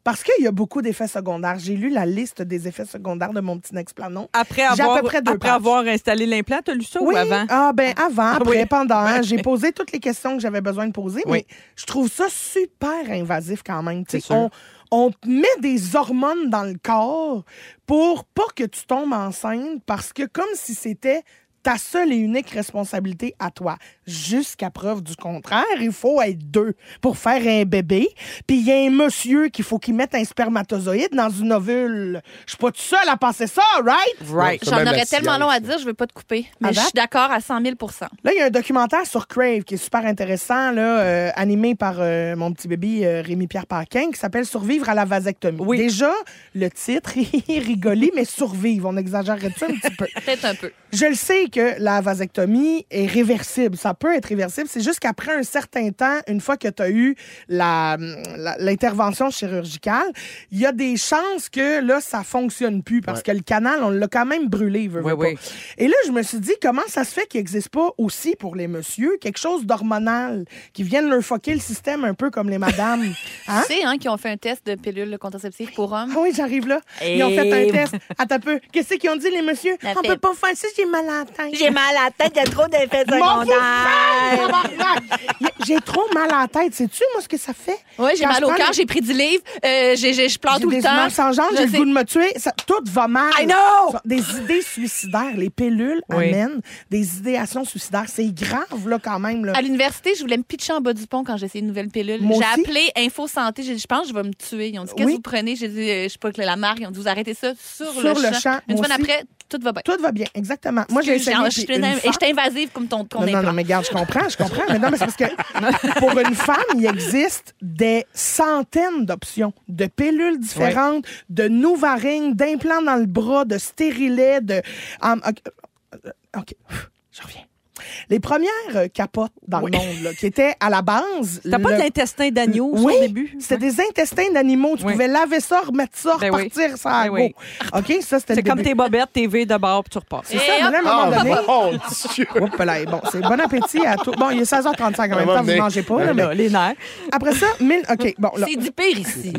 Parce qu'il y a beaucoup d'effets secondaires. J'ai lu la liste des effets secondaires de mon petit Nexplanon.
Après
J'ai à
avoir,
peu près deux
après
pages.
avoir installé l'implant, t'as lu ça
Oui.
ou avant?
Ah, ben avant, après,
oui.
pendant. hein. J'ai posé toutes les questions que j'avais besoin de poser,
Oui.
mais je trouve ça super invasif quand même. Tu sais,
sûr.
on, on te met des hormones dans le corps pour pas que tu tombes enceinte parce que comme si c'était ta seule et unique responsabilité à toi. Jusqu'à preuve du contraire, il faut être deux pour faire un bébé. Puis il y a un monsieur qu'il faut qu'il mette un spermatozoïde dans une ovule. Je suis pas toute seule à penser ça, right?
Right.
C'est
J'en
même la
aurais tellement
science.
long à dire, je veux pas te couper. Mais
Ah
je
ben?
suis d'accord à 100 000
Là, il y a un documentaire sur Crave qui est super intéressant, là, euh, animé par euh, mon petit bébé euh, Rémi-Pierre Paquin, qui s'appelle Survivre à la vasectomie.
Oui.
Déjà, le titre, rigoler, mais survivre. On exagérerait ça un petit peu.
Peut-être un peu.
Je le sais que la vasectomie est réversible. Ça peut être réversible. C'est juste qu'après un certain temps, une fois que tu as eu la- la- l'intervention chirurgicale, il y a des chances que là, ça fonctionne plus parce que le canal, on l'a quand même brûlé. veut,
Oui,
veut pas.
oui.
Et là, je me suis dit, comment ça se fait qu'il n'existe pas aussi pour les messieurs quelque chose d'hormonal qui vienne leur foquer le système un peu comme les madames? Hein?
Tu sais, hein, qui ont fait un test de pilule contraceptive pour hommes.
Ah oui, j'arrive là. Ils ont fait un
Et-
test. Attends un peu. Qu'est-ce qu'ils ont dit, les messieurs?
La
On
fibre.
peut pas faire ça, j'ai mal à la tête.
J'ai mal à la tête, il y a trop d'effets
M'en fous,
secondaires.
tabarnak! J'ai trop mal à la tête. Sais-tu, moi, ce que ça fait?
Oui, j'ai
Quand
mal
je
au
prends
cœur,
le-
j'ai pris du livre, euh, j'ai- j'ai- je pleure
J'ai
tout le
des
temps.
humeurs sans genre, j'ai
Je
le
sais.
goût de me tuer. Ça, tout va mal.
I know!
Ça, Des idées suicidaires. Les pilules
Oui.
amènent des idéations suicidaires. C'est grave, là, quand même. Là.
À l'université, je voulais me pitcher en bas du pont quand j'ai essayé une nouvelle pilule.
Moi
J'ai
aussi.
appelé Info Santé. J'ai dit, je pense que je vais me tuer. Ils ont dit, qu'est-ce que
Oui.
vous prenez? J'ai dit, euh, je sais pas, que la marque. Ils ont dit, vous arrêtez ça sur,
Sur le champ,
Une
moi
semaine
aussi.
après, tout va bien.
Tout va bien, exactement. Moi, j'ai essayé.
Excuse,
puis
je- je-
une
Et
femme-
j'étais invasive comme ton, ton
Non, non,
implant.
non, mais regarde, je comprends, je comprends. Mais non, mais c'est parce que pour une femme, il existe des centaines d'options, de pilules différentes, de nouvarines, d'implants dans le bras, de stérilets, de. Ah, OK, euh, OK, je reviens. Les premières euh, capotes dans le monde, là, qui étaient à la base.
T'as pas
le- Euh,
de l'intestin d'agneau ça,
oui,
au début? hein?
C'était des intestins d'animaux. Tu
Oui.
pouvais laver ça, remettre ça,
Ben oui.
repartir ça à
Ben oui.
go. OK, ça, c'était le
C'est comme
début.
tes bobettes, tes V de bord, puis tu repasses.
C'est ça,
Et
mais là, à un
Ah,
moment donné,
mon
Oh,
Dieu!
Oups, là, bon, c'est bon appétit à tout. Bon, il est 16h35 en même temps, vous ne mangez pas. là, mais-
Là, les nerfs.
Après ça, mille- OK, bon, là.
C'est du pire ici.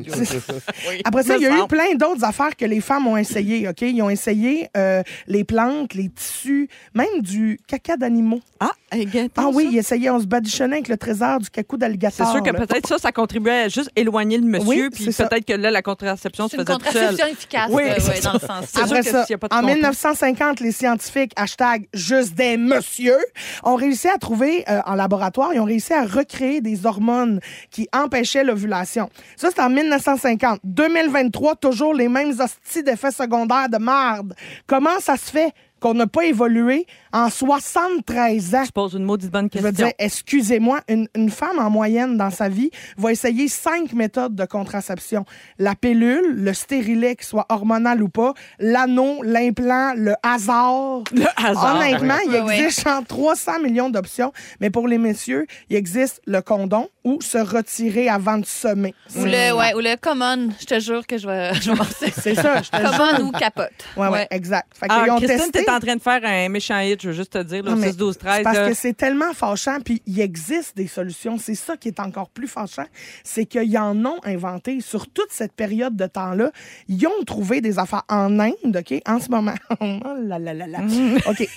Après ça,
me
il y a eu
semble.
plein d'autres affaires que les femmes ont essayé, OK? Ils ont essayé euh, les plantes, les tissus, même du caca d'animaux.
Ah, également,
Ah oui,
ça.
ils essayaient, on se badichonnait avec le trésor du cacou
C'est
d'alligator.
sûr que
là.
peut-être ça, ça contribuait à juste éloigner le monsieur,
Oui,
puis
c'est ça.
peut-être que là, la contraception se
C'est une
faisait toute seule.
contraception efficace,
Oui,
euh, ouais,
c'est
dans le sens.
C'est sûr
Après
que
ça,
s'il y a pas de
en
contrôle.
1950, les scientifiques, hashtag juste des messieurs, ont réussi à trouver euh, en laboratoire, ils ont réussi à recréer des hormones qui empêchaient l'ovulation. Ça, c'est en 1950. 2023, toujours les mêmes hosties d'effets secondaires de marde. Comment ça se fait? qu'on n'a pas évolué en 73 ans.
Je pose une maudite bonne
Je veux
question.
dire, excusez-moi, une, une femme en moyenne dans sa vie va essayer cinq méthodes de contraception. La pilule, le stérilet, qu'il soit hormonal ou pas, l'anneau, l'implant, le hasard.
Le hasard.
Honnêtement, il
Ouais, ouais.
existe genre 300 millions d'options, mais pour les messieurs, il existe le condom ou se retirer avant de semer.
Ou le, ouais, ou le common, je te jure que je vais, je vais m'en sortir.
Mm. C'est ça, je te jure.
Common ou capote.
Ouais, ouais, exact. Fait
Ah,
qu'ils ont
Christine,
testé.
t'es en train de faire un méchant hit, je veux juste te dire, là,
Non,
au
mais
6, 12, 13.
c'est Parce
là.
que c'est tellement fâchant, puis il existe des solutions. C'est ça qui est encore plus fâchant, c'est qu'ils en ont inventé sur toute cette période de temps-là. Ils ont trouvé des affaires en Inde, OK, en ce moment. oh là là là là.
Mm.
OK.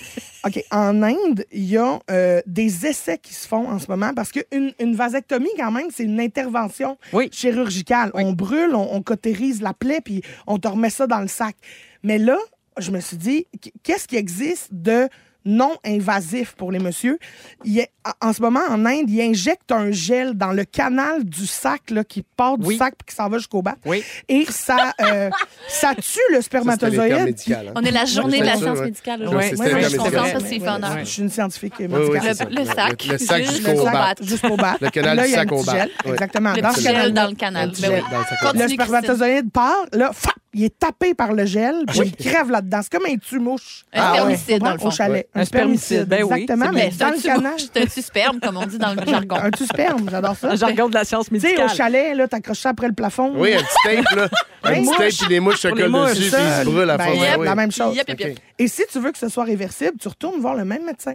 OK. En Inde, il y a euh, des essais qui se font en ce moment parce qu'une une vasectomie, quand même, c'est une intervention
Oui.
chirurgicale. On brûle, on, on cautérise la plaie, puis on te remet ça dans le sac. Mais là, je me suis dit, qu- qu'est-ce qui existe de non invasif pour les messieurs? Il y a- en ce moment, en Inde, ils injectent un gel dans le canal du sac là, qui part du
Oui.
sac puis qui s'en va jusqu'au bas.
Oui.
Et ça, euh, ça tue
Ça,
le
c'était les termes
spermatozoïde.
médicaux, hein.
On est la journée de la
Ouais,
science
ouais.
médicale
Ouais,
aujourd'hui.
c'est les
Oui, oui,
termes
je suis
médicaux.
contente parce qu'il fait en
Je suis une scientifique
Oui, oui,
médicale.
c'est
Le-
ça.
le sac.
Le, le sac
Le
jusqu'au
sac.
bat.
Jusqu'au bas.
Le canal
Là,
du
il y a
sac
un
au
petit
bat.
gel.
Oui.
Exactement.
Le
Dans
petit
ce canal-là.
gel dans le canal.
Le
Ben oui.
gel dans le sac au bat.
Le
Continue, Christine.
spermatozoïde part, là, fap, il est tapé par le
Ah,
gel, puis il crève là-dedans. C'est comme un tumouche.
Un spermicide, dans le fond.
Ah Au chalet.
Un spermicide, ben oui,
Exactement,
c'est
mais
Ben, C'est
dans
un
le
tu-
canal.
c'est un susperme, comme on dit dans le jargon.
Un tusperme, j'adore ça.
Le jargon de la science
Tu sais,
médicale.
au chalet, là, t'accroches ça après le plafond. Ben,
Oui, un petit tape, là.
Les
Un petit tape,
mouches.
puis les mouches se
Pour les
collent
mouches,
dessus,
ça.
puis ils se brûlent à
Ben,
fond.
yep,
Ben oui.
la même chose.
Yep, yep, yep.
Ok.
Et si tu veux que ce soit réversible, tu retournes voir le même médecin.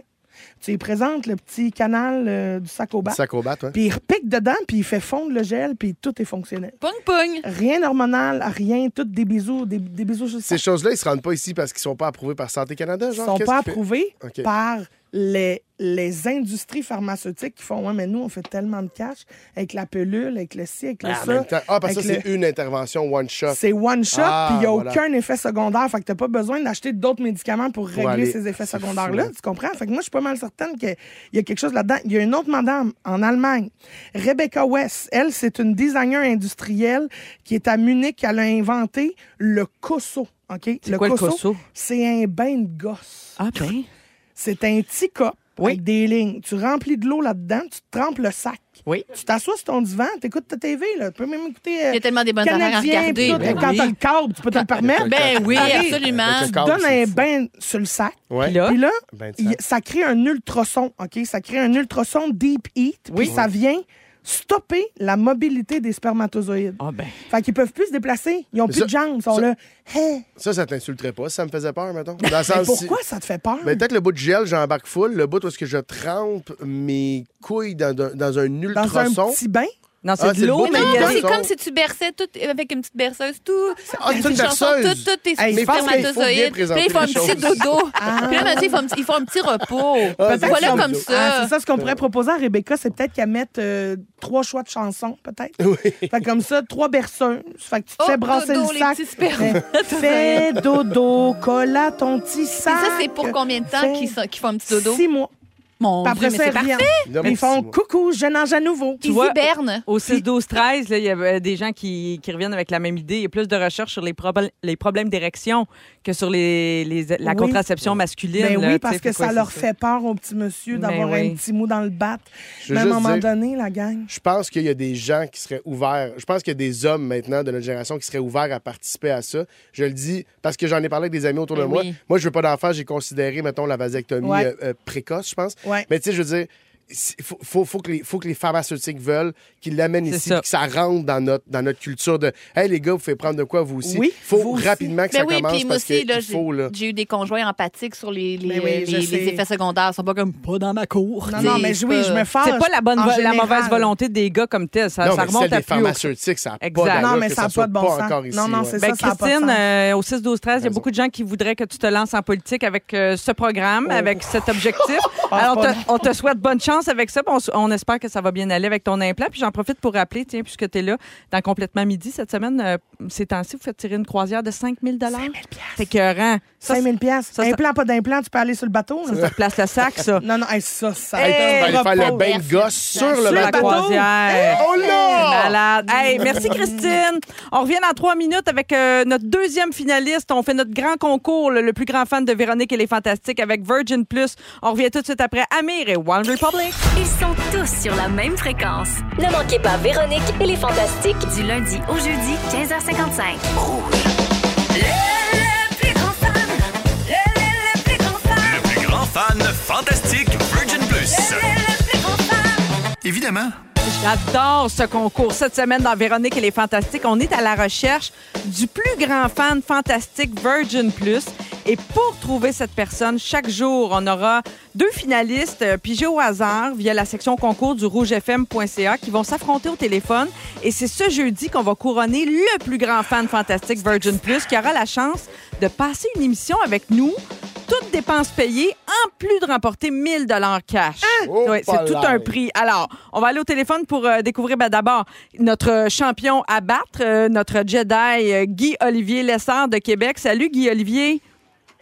Tu lui présentes le petit canal euh, du sac au bas.
Sac au bat, ouais.
Puis il repique dedans, puis il fait fondre le gel, puis tout est fonctionnel.
Pong, pong.
Rien hormonal, rien, tout des bisous, des, des bisous sur le
Ces
sac.
choses-là, ils se rendent pas ici parce qu'ils sont pas approuvés par Santé Canada, genre.
sont
Qu'est-ce
pas
qu'il fait?
approuvés
OK.
par les, les industries pharmaceutiques qui font Ouais, mais nous, on fait tellement de cash avec la pelule, avec le ci, avec le
En
ça.
même temps- Ah, parce que ça,
avec le-
c'est une intervention one shot.
C'est one shot,
Ah,
puis il n'y a
voilà.
aucun effet secondaire. Fait que t'as pas besoin d'acheter d'autres médicaments pour régler
aller-
ces effets
c'est
secondaires-là.
fou, hein.
Tu comprends? Fait que moi, je suis pas mal certaine qu'il y a quelque chose là-dedans. Il y a une autre madame en Allemagne, Rebecca West. Elle, c'est une designer industrielle qui est à Munich. Elle a inventé le cosso. OK? Le
quoi le
cosso,
cosso?
C'est un bain de gosse.
Ah, ben.
C'est un petit cup
Oui.
avec des lignes. Tu remplis de l'eau là-dedans, tu trempes le sac.
Oui.
Tu t'assois sur ton divan, t'écoutes ta TV. Là. Tu peux même écouter euh,
Il y a tellement des bonnes affaires à
Canadien,
regarder.
puis tout.
Ben
Quand
oui.
t'as le câble, tu peux te le permettre.
Ben oui,
Arrive.
absolument.
Avec
Tu
le câble,
donnes
c'est
un
fou.
bain sur le sac.
Ouais.
Puis là,
Puis là,
Ben,
il-
ça-
ça crée un ultrason, OK? Ça crée un ultrason deep heat, puis ça vient stopper la mobilité des spermatozoïdes.
Ah, ben.
Fait qu'ils peuvent plus se déplacer. Ils ont
Mais
plus
ça-
de jambes. Ils sont
ça-
là. Hey,
Ça, ça t'insulterait pas, ça me faisait peur, mettons. Dans le
mais
sens si-
pourquoi ça te fait peur?
Ben, peut-être le bout de gel, j'embarque full. Le bout où est-ce que je trempe mes couilles dans, dans- dans un
Dans un
ultrason.
petit bain?
Non, c'est
Ah,
de
c'est
l'eau,
beau,
mais
Non,
il y a
Dans
c'est
son-
comme si tu berçais tout avec une petite berceuse, tout.
Ah, c'est une
Tes chansons,
berceuse.
tout- tout tes
Hey, je pense qu'il faut bien
spermatozoïdes. Puis là, ils font un
présenter
petit
les choses.
dodo. Puis là, maintenant, ils font un petit- ils font un petit repos.
Ah, c'est
Voilà
ça.
comme
Ah,
ça.
c'est ça ce qu'on pourrait proposer à Rebecca, c'est peut-être qu'elle mette euh, trois choix de chansons, peut-être. Fait que comme ça, trois berceuses. Fait que tu te
Oh,
fais brasser
dodo,
le
les
sac.
petits spermes.
Fais- Fais dodo, colle à ton petit
Mais
sac.
ça, c'est pour combien de temps
Fait-
qu'ils sont- qu'ils font un petit dodo?
Six mois.
Mon
Puis
Dieu,
après
mais
ça,
c'est
ils
parfait.
reviennent. Puis ils font coucou, je nage à nouveau.
Ils
vois-
hibernent.
Au 6, 12, 13, là, il y avait des gens qui, qui reviennent avec la même idée. Il y a plus de recherches sur les, probl- les problèmes d'érection que sur les, les- la
Oui.
contraception masculine.
Ben
là,
oui,
tu
parce
sais,
que
fait quoi,
ça
c'est
leur fait peur au petit monsieur
Ben
d'avoir
oui.
un petit mot dans le bat.
Je veux
Mais à un
juste
moment
dire-
donné, la gang.
Je pense qu'il y a des gens qui seraient ouverts. Je pense qu'il y a des hommes maintenant de notre génération qui seraient ouverts à participer à ça. Je le dis parce que j'en ai parlé avec des amis autour de
Eh
moi.
oui.
Moi, je veux pas d'enfants. J'ai considéré, mettons, la vasectomie
Ouais.
euh, euh, précoce, je pense.
Ouais.
Mais tu sais, je veux dire, il faut, faut- faut que les, faut que les pharmaceutiques veulent qu'ils l'amènent
C'est
ici,
ça.
puis que ça rentre dans notre, dans notre culture de « Hey, les gars, vous faites prendre de quoi, vous aussi?
Oui,
faut
vous aussi.
rapidement que
Ben
ça
oui,
commence
puis moi
parce
aussi,
qu'il
là,
faut, là.
j'ai j'ai eu des conjoints empathiques sur les, les,
Ben oui, je
les-
sais.
les effets secondaires. Ils sont pas comme pas dans ma cour.
Non, non, mais
C'est
oui,
pas-
je me fâche.
C'est pas la, bonne
en
vo- la
général.
mauvaise volonté des gars comme tel. Ça,
Non,
ça
mais celle
remonte à
des
plus haut.
pharmaceutiques, ça n'a pas
Exact.
d'allure
Non, mais
que
ça n'a
soit
pas de bon sens.
encore ici,
non, non,
ouais.
c'est
Ben,
ça, ça a pas de
Christine,
sens.
euh, au 6-12-13, il y a
Raison.
beaucoup de gens qui voudraient que tu te lances en politique avec euh, ce
Oh.
programme, avec cet objectif. Alors, on te, on te souhaite bonne chance avec ça. puis On, s- on espère que ça va bien aller avec ton implant. Puis j'en profite pour rappeler, tiens, puisque tu es là, dans Complètement Midi, cette semaine, euh, ces temps-ci, vous faites tirer une croisière de 5 000 C'est écœurant. Ça,
5000 pièces.
ça, ça-
Implant, pas d'implant, tu peux aller sur le bateau. là.
Ça place le sac, ça.
Non, non, hey, ça, ça.
Hey, tu vas aller
repose.
faire le bain de gosse sur le
Sur la
bateau.
croisière.
Oh là!
Malade. Hey, merci Christine. On revient dans trois minutes avec euh, notre deuxième finaliste. On fait notre grand concours, le, le plus grand fan de Véronique et les Fantastiques avec Virgin Plus. On revient tout de suite après Amir et One Republic.
Ils sont tous sur la même fréquence.
Ne manquez pas Véronique et les Fantastiques.
Du lundi au jeudi, 15h55.
Le plus grand fan fantastique Virgin Plus. Évidemment.
J'adore ce concours. Cette semaine, dans Véronique et les Fantastiques, on est à la recherche du plus grand fan fantastique Virgin Plus. Et pour trouver cette personne, chaque jour, on aura deux finalistes euh, pigés au hasard via la section concours du rougefm.ca qui vont s'affronter au téléphone. Et c'est ce jeudi qu'on va couronner le plus grand fan fantastique Virgin Plus qui aura la chance de passer une émission avec nous. Toutes dépenses payées, en plus de remporter 1000 dollars cash. Ouais, c'est tout un prix. Alors, on va aller au téléphone pour euh, découvrir ben, d'abord notre champion à battre, euh, notre Jedi euh, Guy-Olivier Lessard de Québec. Salut Guy-Olivier.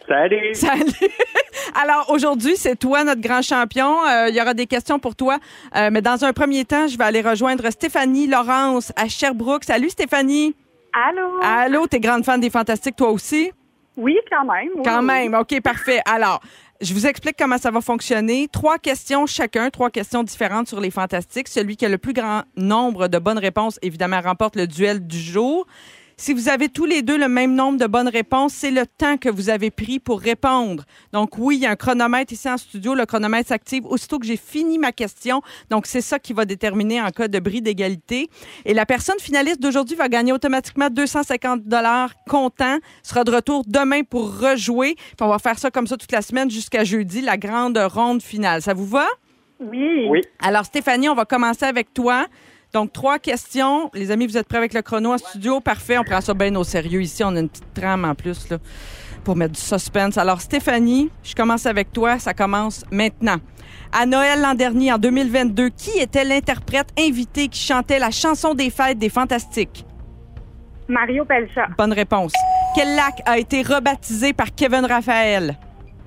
Salut!
Salut. Alors, aujourd'hui, c'est toi notre grand champion. Euh, Il y aura des questions pour toi. Euh, mais dans un premier temps, je vais aller rejoindre Stéphanie Laurence à Sherbrooke. Salut Stéphanie.
Allô?
Allô, t'es grande fan des Fantastiques toi aussi?
Oui, quand même. oui.
Quand même, OK, parfait. Alors, je vous explique comment ça va fonctionner. Trois questions chacun, trois questions différentes sur les fantastiques. Celui qui a le plus grand nombre de bonnes réponses, évidemment, remporte le duel du jour. Si vous avez tous les deux le même nombre de bonnes réponses, c'est le temps que vous avez pris pour répondre. Donc oui, il y a un chronomètre ici en studio. Le chronomètre s'active aussitôt que j'ai fini ma question. Donc c'est ça qui va déterminer en cas de bris d'égalité. Et la personne finaliste d'aujourd'hui va gagner automatiquement 250 dollars comptant. Sera de retour demain pour rejouer. Puis on va faire ça comme ça toute la semaine jusqu'à jeudi, la grande ronde finale. Ça vous va?
Oui.
Oui. Alors, Stéphanie, on va commencer avec toi. Donc, trois questions. Les amis, vous êtes prêts avec le chrono en studio? Parfait, on prend ça bien au sérieux ici. On a une petite trame en plus là, pour mettre du suspense. Alors, Stéphanie, je commence avec toi. Ça commence maintenant. À Noël l'an dernier, en 2022, qui était l'interprète invité qui chantait la chanson des fêtes des Fantastiques?
Mario Pelcha.
Bonne réponse. Quel lac a été rebaptisé par Kevin Raphaël?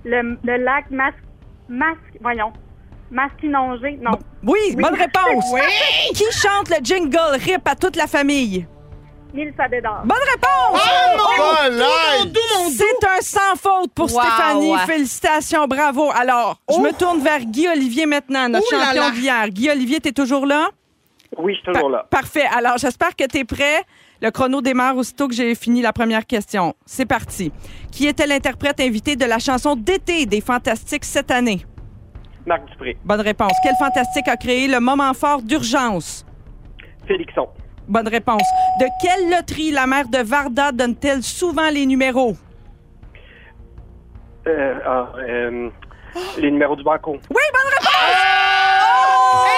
Le, le lac masque. Masque. Voyons. Masquinongé. Non.
Oui, bonne réponse. Qui chante le jingle RIP à toute la famille?
Milsa d'or.
Bonne réponse!
Ah,
Oh,
Colin!
C'est un sans faute pour
Wow.
Stéphanie. Félicitations, bravo. Alors, je me tourne vers Guy Olivier maintenant, notre
Ouh là
champion
là.
d'hier. Guy Olivier, t'es toujours là?
Oui, je suis toujours là.
Parfait. Alors, j'espère que t'es prêt. Le chrono démarre aussitôt que j'ai fini la première question. C'est parti. Qui était l'interprète invité de la chanson d'été des Fantastiques cette année?
Marc Dupré.
Bonne réponse. Quel Fantastique a créé le moment fort d'urgence?
Félixon.
Bonne réponse. De quelle loterie la mère de Varda donne-t-elle souvent les numéros?
Euh, ah, euh, les numéros du banco.
Oui, bonne réponse!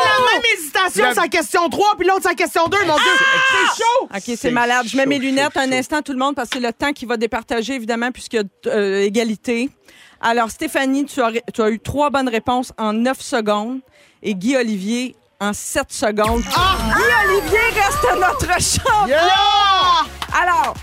Elle a même hésitation,
La- Ah!
sa question 3, puis l'autre, sa question 2. Mon Dieu, c'est chaud!
Ah! OK, c'est malade. Je mets
chaud,
mes lunettes
chaud,
un
chaud.
instant, tout le monde, parce que c'est le temps qui va départager, évidemment, puisqu'il y a euh, égalité. Alors, Stéphanie, tu as, ré- tu as eu trois bonnes réponses en 9 secondes et Guy Olivier en 7 secondes.
Ah!
Guy Olivier reste notre champion. Alors,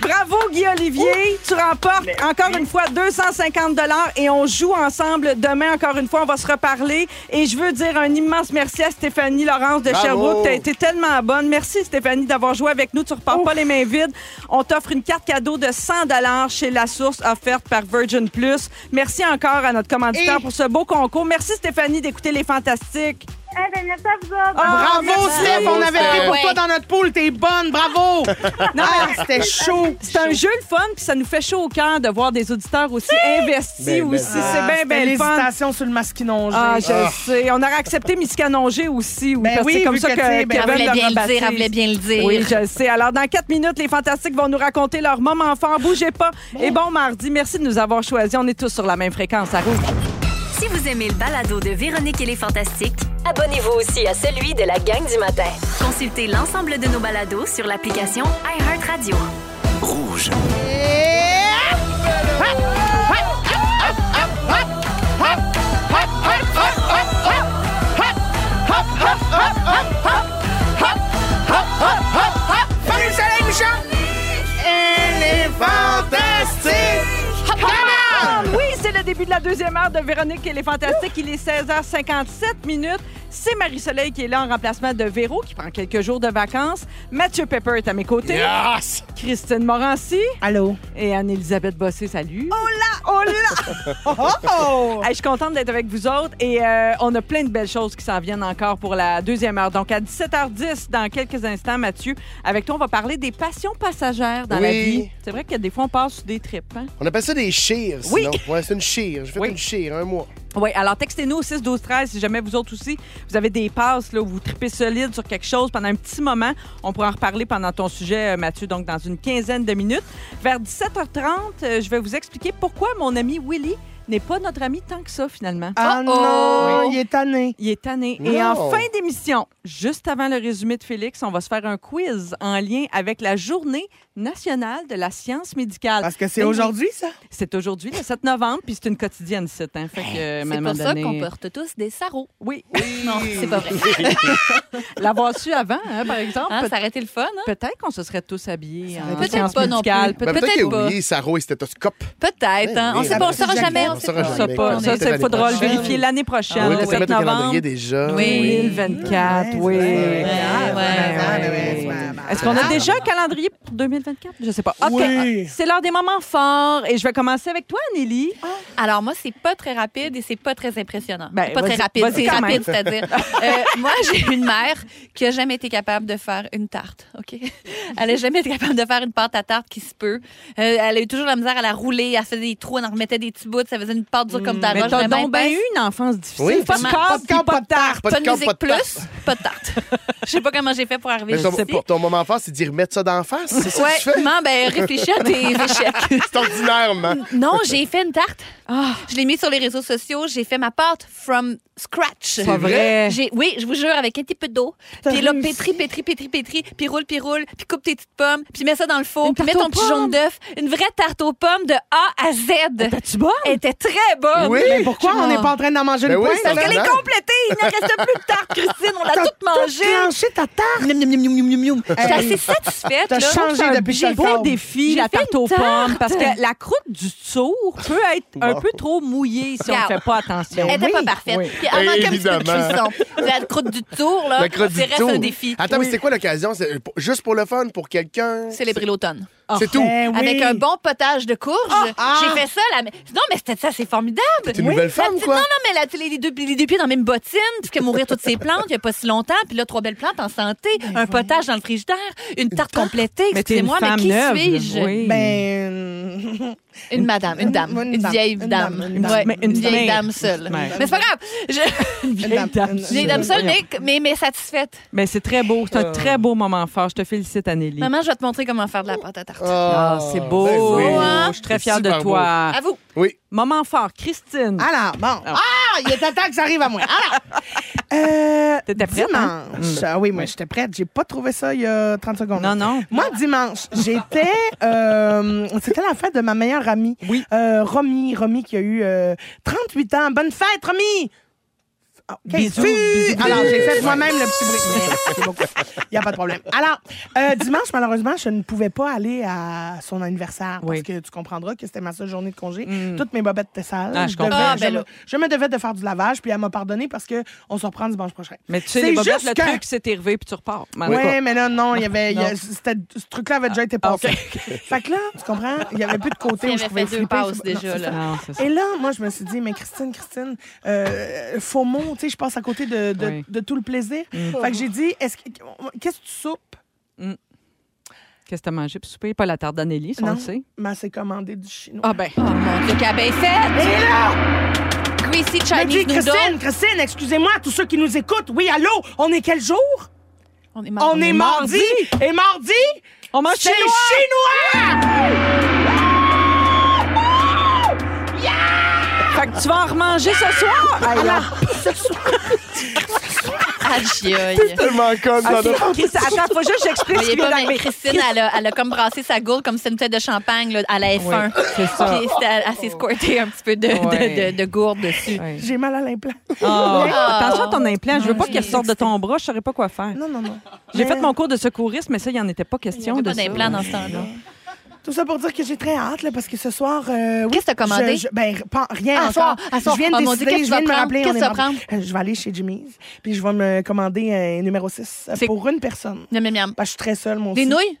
bravo Guy Olivier, tu remportes encore une fois 250 dollars et on joue ensemble demain encore une fois, on va se reparler et je veux dire un immense merci à Stéphanie Laurence de
Bravo.
Sherbrooke, tu as été tellement bonne. Merci Stéphanie d'avoir joué avec nous, tu repars pas les mains vides. On t'offre une carte cadeau de 100 dollars chez La Source offerte par Virgin Plus. Merci encore à notre commanditaire
Et-
pour ce beau concours. Merci Stéphanie d'écouter les fantastiques.
Eh bien, merci à vous autres.
Ah,
Bravo, Steph, on avait pris pour
Ouais.
toi dans notre poule. T'es bonne, bravo!
Non,
Ah,
mais-
c'était chaud.
C'est un jeu le fun, puis ça nous fait chaud au cœur de voir des auditeurs aussi investis
Ben, ben,
aussi.
ben.
c'est bien, bien le fun.
ah, L'hésitation sur le masquinongé.
Ah, je sais. On aurait accepté Miscanongé aussi. Oui,
Ben
parce que
oui,
c'est comme
vu
ça que,
que, tu sais, ben,
Elle
Kevin
voulait
l'a
bien le dire, elle
rebaptisé.
voulait bien le dire.
Oui, je le sais. Alors, dans quatre minutes, les Fantastiques vont nous raconter leur moment fort. Bougez pas. Et bon mardi. Merci de nous avoir choisis. On est tous sur la même fréquence à Rouge.
Si vous aimez le balado de Véronique et les Fantastiques,
Abonnez-vous aussi à celui de la gang du matin.
consultez l'ensemble de nos balados sur l'application iHeartRadio.
Rouge.
Marie-Soleil Michon! Elle est fantastique!
Ah,
Hop, hop,
début de la deuxième heure de Véronique et les Fantastiques. Il est 16h57 minutes. C'est Marie-Soleil qui est là en remplacement de Véro, qui prend quelques jours de vacances. Mathieu Pepper est à mes côtés.
Yes!
Christine Morancy.
Allô.
Et Anne-Elisabeth Bossé, salut.
Oh là! Oh oh!
Hey, je suis contente d'être avec vous autres et euh, on a plein de belles choses qui s'en viennent encore pour la deuxième heure. Donc, à 17h10, dans quelques instants, Mathieu, avec toi, on va parler des passions passagères dans la
Oui.
vie. C'est vrai que des fois, on passe sur des tripes. Hein?
On appelle ça des shears,
Oui.
sinon. Ouais, c'est une shear. J'ai fait
Oui.
une shear, un mois.
Oui, alors textez-nous au 6 12 13 si jamais vous autres aussi, vous avez des passes là, où vous tripez solide sur quelque chose pendant un petit moment. On pourra en reparler pendant ton sujet, euh, Mathieu, donc dans une quinzaine de minutes. Vers 17h30, euh, je vais vous expliquer pourquoi mon ami Willy n'est pas notre ami tant que ça, finalement.
Ah
Oh, oh.
non, il est tanné.
Il est tanné.
Non.
Et en fin d'émission, juste avant le résumé de Félix, on va se faire un quiz en lien avec la Journée nationale de la science médicale.
Parce que c'est
Ben oui.
aujourd'hui, ça?
C'est aujourd'hui, le 7 novembre, puis c'est une quotidienne, c'est hein. Fait que, euh, à un
C'est
moment
pour ça
donné-
qu'on porte tous des sarraux.
Oui,
Non, c'est pas vrai.
l'avoir su avant, hein, par exemple.
Hein,
peut-
ça aurait été le fun. hein?
Peut-être qu'on se serait tous habillés en
Peut-être
sciences
pas non
médicales.
plus.
Peut-
Ben, Peut-être qu'il a
peut-être pas.
oublié sa roue et stéthoscope.
Peut-être.
Ben
hein. On
oui.
sait pas, on le saura
Peut-être
jamais. On
On
sait
saura
pas.
jamais.
Ça, pas,
écoute,
ça,
peut-être
il faudra le
l'année prochaine.
vérifier l'année
Ah
prochaine,
oui,
le
faut le
7
mettre au
novembre
calendrier déjà.
Oui.
2024. Oui. Ouais,
Ouais,
ouais,
Ben ouais, ouais.
ouais, ouais.
Est-ce
Ah.
qu'on a déjà un calendrier pour 2024? Je sais pas. OK.
Oui.
C'est l'heure des moments forts et je vais commencer avec toi, Nelly.
Alors, moi, c'est pas très rapide et c'est pas très impressionnant.
Ben,
C'est pas
vas-y,
très rapide,
vas-y
c'est
quand même.
rapide, c'est-à-dire. Euh, moi, j'ai une mère qui a jamais été capable de faire une tarte, OK? Elle a jamais été capable de faire une pâte à tarte qui se peut. Euh, elle a eu toujours la misère à la rouler, elle faisait des trous, elle en remettait des petits bouts, ça faisait une pâte dure comme ta
Mm. Mais
roche.
t'as
vraiment
donc bien
épaisse.
eu une enfance difficile.
Oui,
pas de
vraiment.
casse,
Pas de camp,
puis pas de tarte.
Pas de
camp,
musique
pas de
plus, pas de tarte. Je sais pas comment j'ai fait pour arriver
Mais
je
ton,
sais pas.
ton moment fort, c'est d'y remettre ça d'en face. C'est ça que tu
Ouais,
fais?
non, ben réfléchis à tes échecs.
C'est ordinaire, man.
Non, j'ai fait une tarte.
Ah.
Je l'ai mis sur les réseaux sociaux. J'ai fait ma pâte from scratch.
Pas vrai.
J'ai- Oui, je vous jure, avec un petit peu d'eau. Puis là, pétri, pétri, pétri, pétri. Puis roule, puis roule. Puis coupe tes petites pommes. Puis mets ça dans le four.
Une
Puis mets
tarte
ton
aux
petit jaune
pommes.
d'œuf. Une vraie tarte aux pommes de A à Z.
T'as-tu bonne?
Elle était très bonne.
Oui.
Mais pourquoi on n'est pas en train d'en manger
Ben
le
oui,
point?
c'est
Parce qu'elle est
Madame.
complétée. Il ne reste plus de tarte, Christine. On l'a toute mangée.
Clencher ta tarte.
J'étais
Hey,
assez satisfaite.
T'as
là.
changé
un
depuis que
beau
t'as
défi,
J'ai
la
fait
tarte
une
aux
tarte.
pommes, parce que la croûte du tour peut être un peu trop mouillée si on ne
Regarde.
fait pas attention.
Elle était pas parfaite. Puis elle
Eh,
manquait un petit peu de
évidemment.
cuisson. La croûte du tour, là,
La crotte
c'est
du
reste
tour.
un défi.
Attends,
Oui.
mais c'est quoi l'occasion? C'est euh, pour- Juste pour le fun, pour quelqu'un?
Célébrer l'automne.
Ah.
C'est tout.
Ben
Eh
oui.
Avec un bon potage de courge.
ah.
J'ai fait ça. La... Non, mais c'était ça, c'est formidable.
T'es une nouvelle
La
femme,
petite-
quoi?
Non, non, mais la, les, les deux, les deux pieds dans la même bottine, puisque mourir toutes ces plantes, il n'y a pas si longtemps. Puis là, trois belles plantes en santé, un potage dans le frigidaire, une tarte complétée.
Ben Mais t'es une
Excusez-moi, mais
femme
qui
neuve,
suis-je?
là. Oui.
Ben.
Une madame, une dame,
une
une,
dame,
vieille
une
dame.
dame, une dame.
Ouais,
Mais une
une vieille
mère.
dame seule. Mais
mère.
c'est pas grave. Je-
Une vieille
Une
dame.
dame.
Une vieille dame seule, mais, mais, mais satisfaite.
Mais c'est très beau. C'est un très beau moment fort. Je te félicite, Anneli.
Maman, je vais te montrer comment faire de la pâte à tarte.
Ah, c'est beau.
ben oui.
hein?
Je suis très
C'est
fière de
super
toi.
À vous.
Oui.
Moment fort, Christine.
Alors, bon. Ah, il est temps que ça arrive à moi. Alors. Euh,
T'étais prête, hein?
Dimanche. Ah oui, moi, j'étais prête. J'ai pas trouvé ça il y a 30 secondes.
Non, non.
Moi, dimanche, j'étais. euh, C'était la fête de ma meilleure amie.
Oui.
Euh, Romy. Romy qui a eu euh, 38 ans. Bonne fête, Romy! Ah, OK.
Bisous,
Fuu!
bisous, bisous.
Alors, j'ai fait moi-même le petit bruit. Merci beaucoup. Il n'y a pas de problème. Alors, euh, dimanche, malheureusement, je ne pouvais pas aller à son anniversaire parce
Oui.
que tu comprendras que c'était ma seule journée de congé.
Mm.
Toutes mes bobettes étaient sales.
Ah, je
devais-
comprends.
Ah, ben
je, me,
là.
je me devais de faire du lavage, puis elle m'a pardonné parce qu'on se reprend dimanche prochain.
Mais tu sais,
C'est
les bobettes,
juste
le
que-
truc, c'est élevé puis tu repars.
Oui,
Maman.
mais là, non, il y avait. il y
Non.
a-
Ah,
c'était- ce truc-là avait déjà été passé. fait que là, tu comprends, il n'y avait plus de côté
Il
où je
avait
pouvais
fait deux
flipper.
passes
C'est pas- non,
déjà,
c'est
là.
Non, c'est ça.
et là, moi, je me suis dit, mais Christine, Christine, euh, faux mot, tu sais, je passe à côté de, de,
Oui. Mm.
de tout le plaisir. Fait que j'ai dit, est-ce que- qu'est-ce que tu soupes?
Qu'est-ce que t'as mangé pour souper? Pas la tarte d'Anneli, si on
Non.
le sait.
Mais c'est commandé du chinois.
Ah ben.
Oh mon Dieu, qu'elle est bien faite!
Et là,
Greasy
elle dit,
Chinese noodle.
Christine, Christine, excusez-moi, tous ceux qui nous écoutent, oui, allô, on est quel jour?
On est
on est mardi. Et mardi,
On mange
c'est
chez
chinois!
Fait que tu vas en remanger ce soir. Hey, là.
Aïe, aïe.
Tellement conne,
OK,
madame.
Christine, Attends, faut juste que j'explique ce
Voyez
qui vient
pas, mais
d'arriver.
Christine, elle a, elle a comme brassé sa gourde comme si c'était une tête de champagne là, à la F1.
Oui, c'est ça.
Puis c'était- elle, elle s'est squirtée un petit peu de, de-
Ouais.
de- de gourde dessus.
Ouais.
J'ai mal à l'implant.
Ah.
Ah.
Attention à ton implant. Je veux pas
Oui.
qu'elle sorte de ton bras. Je saurais pas quoi faire.
Non, non, non.
J'ai
Mais-
fait mon cours de secourisme, mais ça, il n'y en était pas
Il n'y
question.
avait pas
de ça.
d'implant dans ce temps-là.
Tout ça pour dire que j'ai très hâte, là, parce que ce soir. euh, oui,
Qu'est-ce que t'as commandé?
je- je- ben, pas- rien
À
encore.
soir, à soir.
Je viens de
Oh mon Dieu,
décider,
qu'est-ce que tu
je viens
vas
de me
prendre?
rappeler. on
Qu'est-ce
est
que tu
mardi. Euh, Je vais aller chez Jimmy's, puis je vais me commander un numéro 6
C'est-
pour une personne.
Miam, miam, miam.
Parce que Ah, je suis très seule, Ah mon
Des nouilles?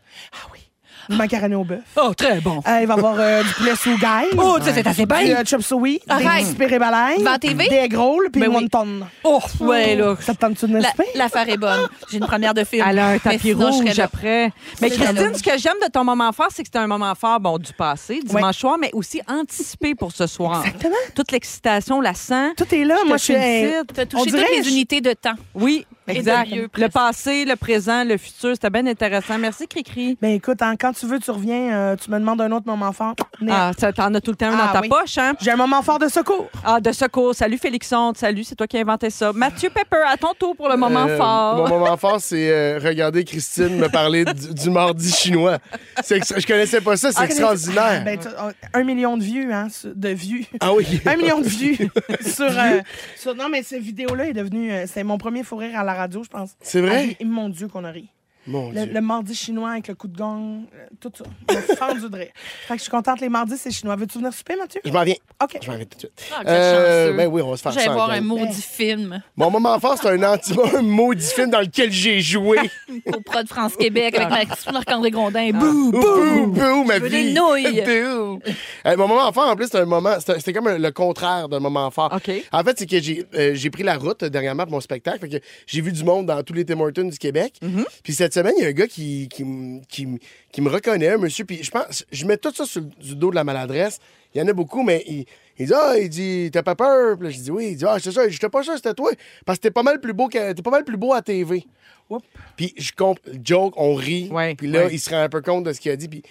Du macaroni au bœuf.
Oh, très bon.
Euh, il va y avoir euh, du poulet sous gaille.
Oh, ça, c'est assez
Du
bien.
euh, chop suey,
Arrête.
des spirits balailles,
Devant TV?
des grolles, puis
Ben oui.
one ton.
Oh, ouais, là.
Ça te tente-tu de
La-
m'inspirer?
L'affaire est bonne. J'ai une première de film.
Elle a un
Mais
tapis
sinon, je serais
rouge
là.
après. Mais
C'est
Christine,
Halloween.
ce que j'aime de ton moment fort, c'est que c'était un moment fort bon, du passé, dimanche soir, mais aussi anticipé pour ce soir.
Exactement.
Toute l'excitation, la sang.
Tout est là.
Je
Moi,
te
je suis.
félicite.
T'as
On
touché
dirait,
toutes les
je-
unités de temps.
Oui,
Et de
exact.
lieu
Le
précis.
passé, le présent, le futur, c'était bien intéressant. Merci, Cricri.
Ben écoute, hein, quand tu veux, tu reviens, euh, tu me demandes un autre moment fort. Mais-
Ah, ça, t'en as tout le temps un
Ah,
dans ta
oui.
poche, hein?
J'ai un moment fort de secours.
Ah, de secours. Salut, Félixon. Salut, c'est toi qui as inventé ça. Mathieu Pepper, à ton tour pour le moment
Euh,
fort.
Mon moment fort, c'est euh, regarder Christine me parler du, du mardi chinois. C'est extra- Je connaissais pas ça, c'est
Ah,
extraordinaire.
Ben, tu- on- un million de vues, hein, sur- de vues.
Ah oui.
Un million de vues sur, euh, sur- Non, mais cette vidéo-là est devenue. euh, c'est mon premier fou rire à la radio, je pense.
C'est vrai?
Ah, mon Dieu, qu'on a ri.
Mon
Le,
Dieu.
le mardi chinois avec le coup de gong, euh, tout ça. Le fendu de rire. Fait que je suis contente, les mardis, c'est chinois. Veux-tu venir souper, Mathieu?
Je m'en viens.
OK.
Je m'en viens tout de suite.
Ah,
Euh,
chanceux.
ben oui, on va se faire ça.
J'allais voir
Eh,
regarde.
un maudit film
Mon moment fort, c'est un anti un maudit film dans lequel j'ai joué.
au Pro de France-Québec
Ah.
avec Max- Marc-André Grondin. Bouh!
Bouh, bouh, ma
veux
vie.
des nouilles.
Bouh. Euh, mon moment fort, en plus, c'est un moment. c'est- C'était comme un- le contraire d'un moment fort.
OK.
En fait, c'est que j'ai euh, j'ai pris la route euh, dernièrement pour mon spectacle. Fait que j'ai vu du monde dans tous les Tim Hortons du Québec. Puis cette semaine, il y a un gars qui, qui, m- qui, m- qui me reconnaît, un monsieur. Puis je pense, je mets tout ça sur le du dos de la maladresse. Il y en a beaucoup, mais il, il dit Ah, il dit, t'as pas peur? Puis là, je dis Oui, il dit Ah, c'est ça, j'étais pas sûr, c'était toi. Parce que t'es pas mal plus beau, que- t'es pas mal plus beau à TV.
Oups.
Puis je compte, joke, on rit.
Ouais,
puis là,
ouais.
il se rend un peu compte de ce qu'il a dit. Puis...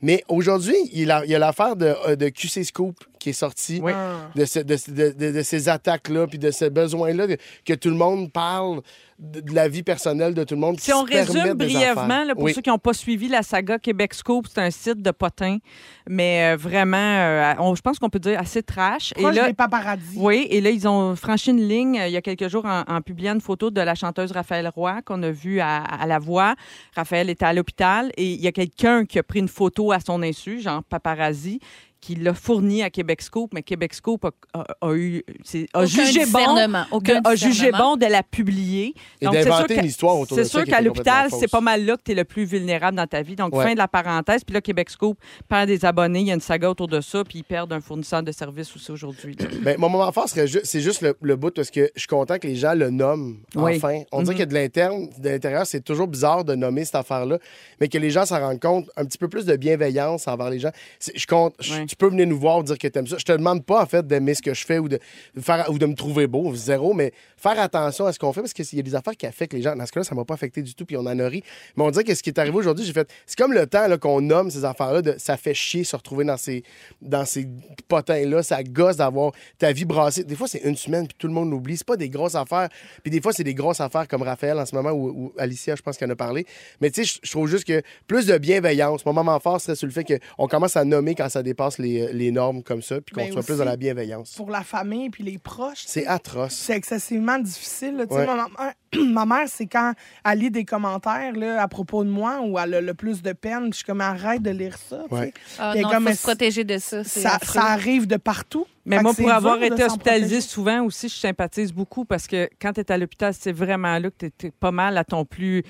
Mais aujourd'hui, il a il y a l'affaire de, euh, de QC Scoop qui est sortie,
Oui.
de, ce- de, ce- de- de- de ces attaques-là, puis de ce besoin-là de- que tout le monde parle de, de la vie personnelle de tout le monde.
Si
qui
on
se permettent
résume
des
brièvement,
affaires.
là, pour
Oui.
ceux qui n'ont pas suivi la saga Québec Scoop, c'est un site de potins, mais euh, vraiment, euh, on- je pense qu'on peut dire assez trash.
Proche
et là,
des paparazzis.
oui, et là, ils ont franchi une ligne euh, il y a quelques jours en, en publiant une photo de la chanteuse Raphaël Roy qu'on a vue à, à La Voix. Raphaël était à l'hôpital et il y a quelqu'un qui a pris une photo à son insu, genre paparazzi, qui l'a fournie à Québec Scoop, mais Québec Scoop a, a- a eu, c'est- a
Aucun
jugé bon
discernement,
que-
Aucun
a jugé
discernement.
bon de la publier.
Et
c'est
d'inventer
sûr que-
une histoire autour de
C'est
ça
sûr
qui
qu'à
était
l'hôpital,
complètement
c'est
fausse.
pas mal là que tu es le plus vulnérable dans ta vie. Donc,
Ouais.
fin de la parenthèse. Puis là, Québec Scoop perd des abonnés. Il y a une saga autour de ça. Puis ils perdent un fournisseur de services aussi aujourd'hui. là.
Ben, mon moment fort, serait ju- c'est juste le, le bout parce que je suis content que les gens le nomment
Oui. Mm-hmm.
enfin. On dirait que de l'interne, de l'intérieur, c'est toujours bizarre de nommer cette affaire-là, mais que les gens s'en rendent compte, un petit peu plus de bienveillance envers les gens. C'est- Je compte, je-
Ouais.
tu peux venir nous voir dire que t'aimes ça. Je te demande pas en fait d'aimer ce que je fais ou de faire ou de me trouver beau, zéro, mais faire attention à ce qu'on fait parce qu'il y a des affaires qui affectent les gens. Dans ce cas-là, ça m'a pas affecté du tout, puis on en a ri. Mais on dirait que ce qui est arrivé aujourd'hui, j'ai fait, c'est comme le temps là, qu'on nomme ces affaires-là, de- ça fait chier se retrouver dans ces dans ces potins-là, ça gosse d'avoir ta vie brassée. Des fois, c'est une semaine, puis tout le monde l'oublie. C'est pas des grosses affaires. Puis des fois, c'est des grosses affaires comme Raphaël en ce moment ou, ou Alicia, je pense qu'elle en a parlé. Mais tu sais, je- je trouve juste que plus de bienveillance. Mon moment fort serait sur le fait qu'on commence à nommer quand ça dépasse les, les normes comme ça, puis qu'on
Ben
soit plus
aussi,
dans la bienveillance.
Pour la famille puis les proches.
C'est atroce.
c'est excessivement difficile. là. Tu sais,
Ouais.
ma, ma- ma mère, c'est quand elle lit des commentaires là, à propos de moi où elle a le plus de peine. puis Je suis comme, arrête de lire ça. tu sais.
Ouais.
Ah,
Il y a
non,
comme
faut
un-
se protéger de ça. c'est
ça,
affreux.
ça arrive de partout.
Mais
Fait
moi,
que c'est
pour avoir
dur de
été
s'en
hospitalisée
protéger.
souvent aussi, je sympathise beaucoup parce que quand tu es à l'hôpital, c'est vraiment là que tu es pas mal à ton plus.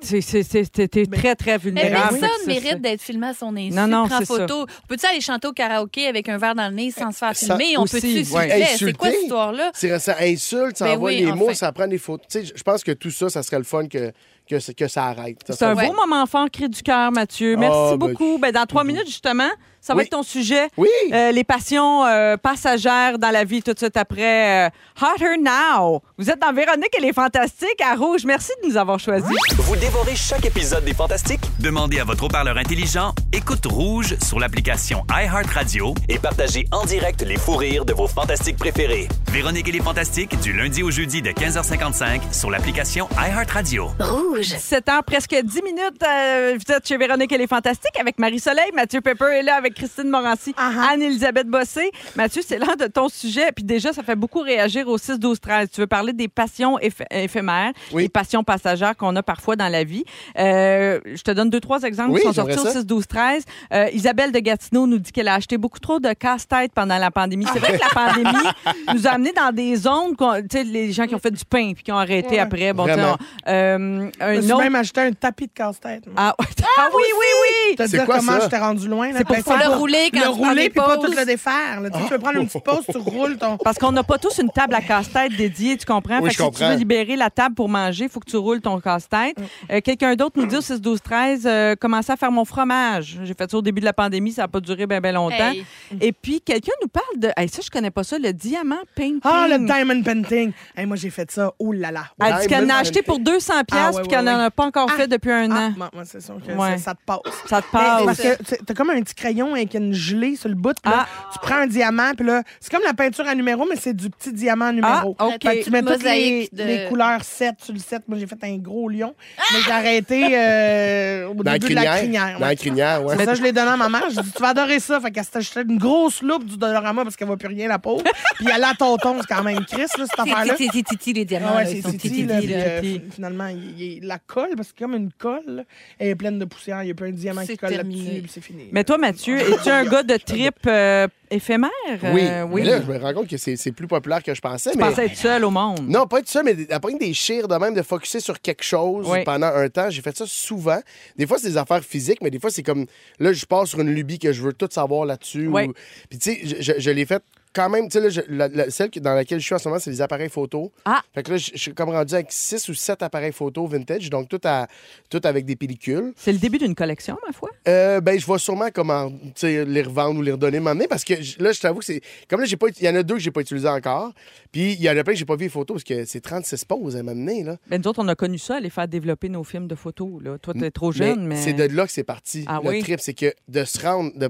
Tu es
Mais-
très, très
Mais
vulnérable.
personne
Fait que ça,
mérite
c'est-
d'être filmé à son insu.
Non, non,
Prends
c'est ça.
photo. Peux-tu aller chanter au karaoké avec un verre dans le nez sans se faire
Ça
filmer? On
aussi,
peut-tu, s'il vous
ouais.
plaît? C'est quoi
Insulter?
cette histoire-là?
C'est- Ça insulte, ça
Ben
envoie
oui,
les mots,
enfin.
ça prend des photos. Tu sais, je pense que tout ça, ça serait le fun que, que, que ça arrête. Ça
C'est un
serait-
beau moment fort, cri du cœur, Mathieu. Merci
Ah, ben,
beaucoup. Ben, dans trois minutes, justement, ça va
Oui.
être ton sujet.
Oui!
Euh, les passions euh, passagères dans la vie tout de suite après euh, Hotter Now. Vous êtes dans Véronique et les Fantastiques à Rouge. Merci de nous avoir choisis.
Vous dévorez chaque épisode des Fantastiques? Demandez à votre haut-parleur intelligent, écoute Rouge sur l'application iHeartRadio et partagez en direct les fous rires de vos Fantastiques préférés. Véronique et les Fantastiques, du lundi au jeudi de 15h55 sur l'application iHeartRadio.
Rouge.
Rouge.
7 h presque 10 minutes. euh, vous êtes chez Véronique, elle est fantastique avec Marie-Soleil. Mathieu Pepper est là avec Christine Morancy, Anne-Elisabeth Bossé. Mathieu, c'est l'heure de ton sujet. Puis déjà, ça fait beaucoup réagir au 6, 12, 13. Tu veux parler des passions éph- éphémères, des passions passagères qu'on a parfois dans la vie. Euh, je te donne deux, trois exemples
Oui,
qui sont
j'aimerais
sortis au
ça.
6, 12, 13. Euh, Isabelle de Gatineau nous dit qu'elle a acheté beaucoup trop de casse-tête pendant la pandémie. C'est vrai que la pandémie nous a amenés dans des zones, qu'on- tu sais, les gens qui ont fait du pain puis qui ont arrêté
Ouais.
après. Bon, tu sais,
Vraiment.
on- euh,
Je
un
me suis
autre-
même acheté un tapis de casse-tête. moi.
Ah, ah oui, oui,
Te
oui!
C'est
dire
quoi
comment
ça?
j'étais rendu loin. là.
C'est pour
Ben,
faire
le rouler quand
Le
tu prends
rouler
des
puis pas tout
pauses.
le défaire. là. Tu sais, tu peux prendre une petite pause, tu roules ton.
Parce qu'on n'a pas tous une table à casse-tête dédiée, tu comprends?
Oui,
Fait
je
que si tu
comprends.
veux libérer la table pour manger, il faut que tu roules ton casse-tête.
Mm.
Euh, Quelqu'un d'autre nous dit au 6, 12, 13, euh, commencer à faire mon fromage. J'ai fait ça au début de la pandémie, ça n'a pas duré bien longtemps.
Hey.
Et puis, quelqu'un nous parle de. Hey, ça, je connais pas ça, le diamant painting.
Ah, le diamond painting. Hey, moi, j'ai fait ça. Oh là là.
Elle dit qu'elle en a
Diamond
acheté pour 200$
Ah, ouais,
puis qu'elle
ouais,
n'en a pas encore
Ah.
fait depuis un
Ah,
an.
bon, moi, c'est sûr que
Ouais.
ça, ça te passe.
Ça te
Mais c'est
parle.
Parce que tu- t'as comme un petit crayon avec une gelée sur le bout. puis là,
Ah.
Tu prends un diamant, puis là, c'est comme la peinture à numéro, mais c'est du petit diamant à numéro.
Ah, ok.
Fait que tu mets toutes les,
Mosaïque de-
les couleurs 7 sur le 7. Moi, j'ai fait un gros lion, mais j'ai arrêté euh, au
Dans la
début de
crinière.
la crinière.
Dans
ouais.
la crinière, ouais.
C'est ça, je l'ai donné à ma mère. J'ai dit, tu vas adorer ça. Fait qu'elle s'est acheté une grosse loupe du Dolorama parce qu'elle voit plus rien, la pauvre. Puis elle a la tonton, c'est quand même Chris, là, cette affaire-là.
C'est titi les diamants.
Ah ouais,
là,
c'est
ils sont
Titi,
titi,
là,
là.
puis, euh, fin- finalement, il, il- la colle, parce que c'est comme une colle, là, elle est pleine de poussière. Il n'y a pas un diamant qui
C'est
colle
terminé.
là-dessus, puis c'est fini.
Mais toi, Mathieu, es-tu un gars de trip euh, éphémère?
Oui.
Euh, oui.
Mais là, je me rends compte que c'est c'est plus populaire que je pensais.
Tu
mais...
pensais être seul au monde.
Non, pas être ça, mais apprendre des chires de même, de focuser sur quelque chose
Oui.
pendant un temps. J'ai fait ça souvent. Des fois, c'est des affaires physiques, mais des fois, c'est comme là, je pars sur une lubie que je veux tout savoir là-dessus.
Oui.
Puis, tu sais, je, je- je l'ai fait quand même. Tu sais, là, je- la- la- celle que- dans laquelle je suis en ce moment, c'est les appareils photo.
Ah.
Fait que là, je je suis comme rendu avec six ou sept appareils photo vintage, donc tout, à, tout avec des pellicules.
C'est le début d'une collection, ma foi.
Euh, ben, je vois sûrement comment tu sais, les revendre ou les redonner, m'amener, parce que j- là, je t'avoue que c'est. Comme là, j'ai pas. ut- Il y en a deux que j'ai pas utilisés encore. Puis il y en a plein que j'ai pas vu les photos, parce que c'est 36 poses à m'amener, là.
Ben, nous autres, on a connu ça, les faire développer nos films de photos. Là. Toi, t'es trop jeune, mais.
C'est de là que c'est parti.
Ah
le
oui?
trip, c'est que de se rendre. de-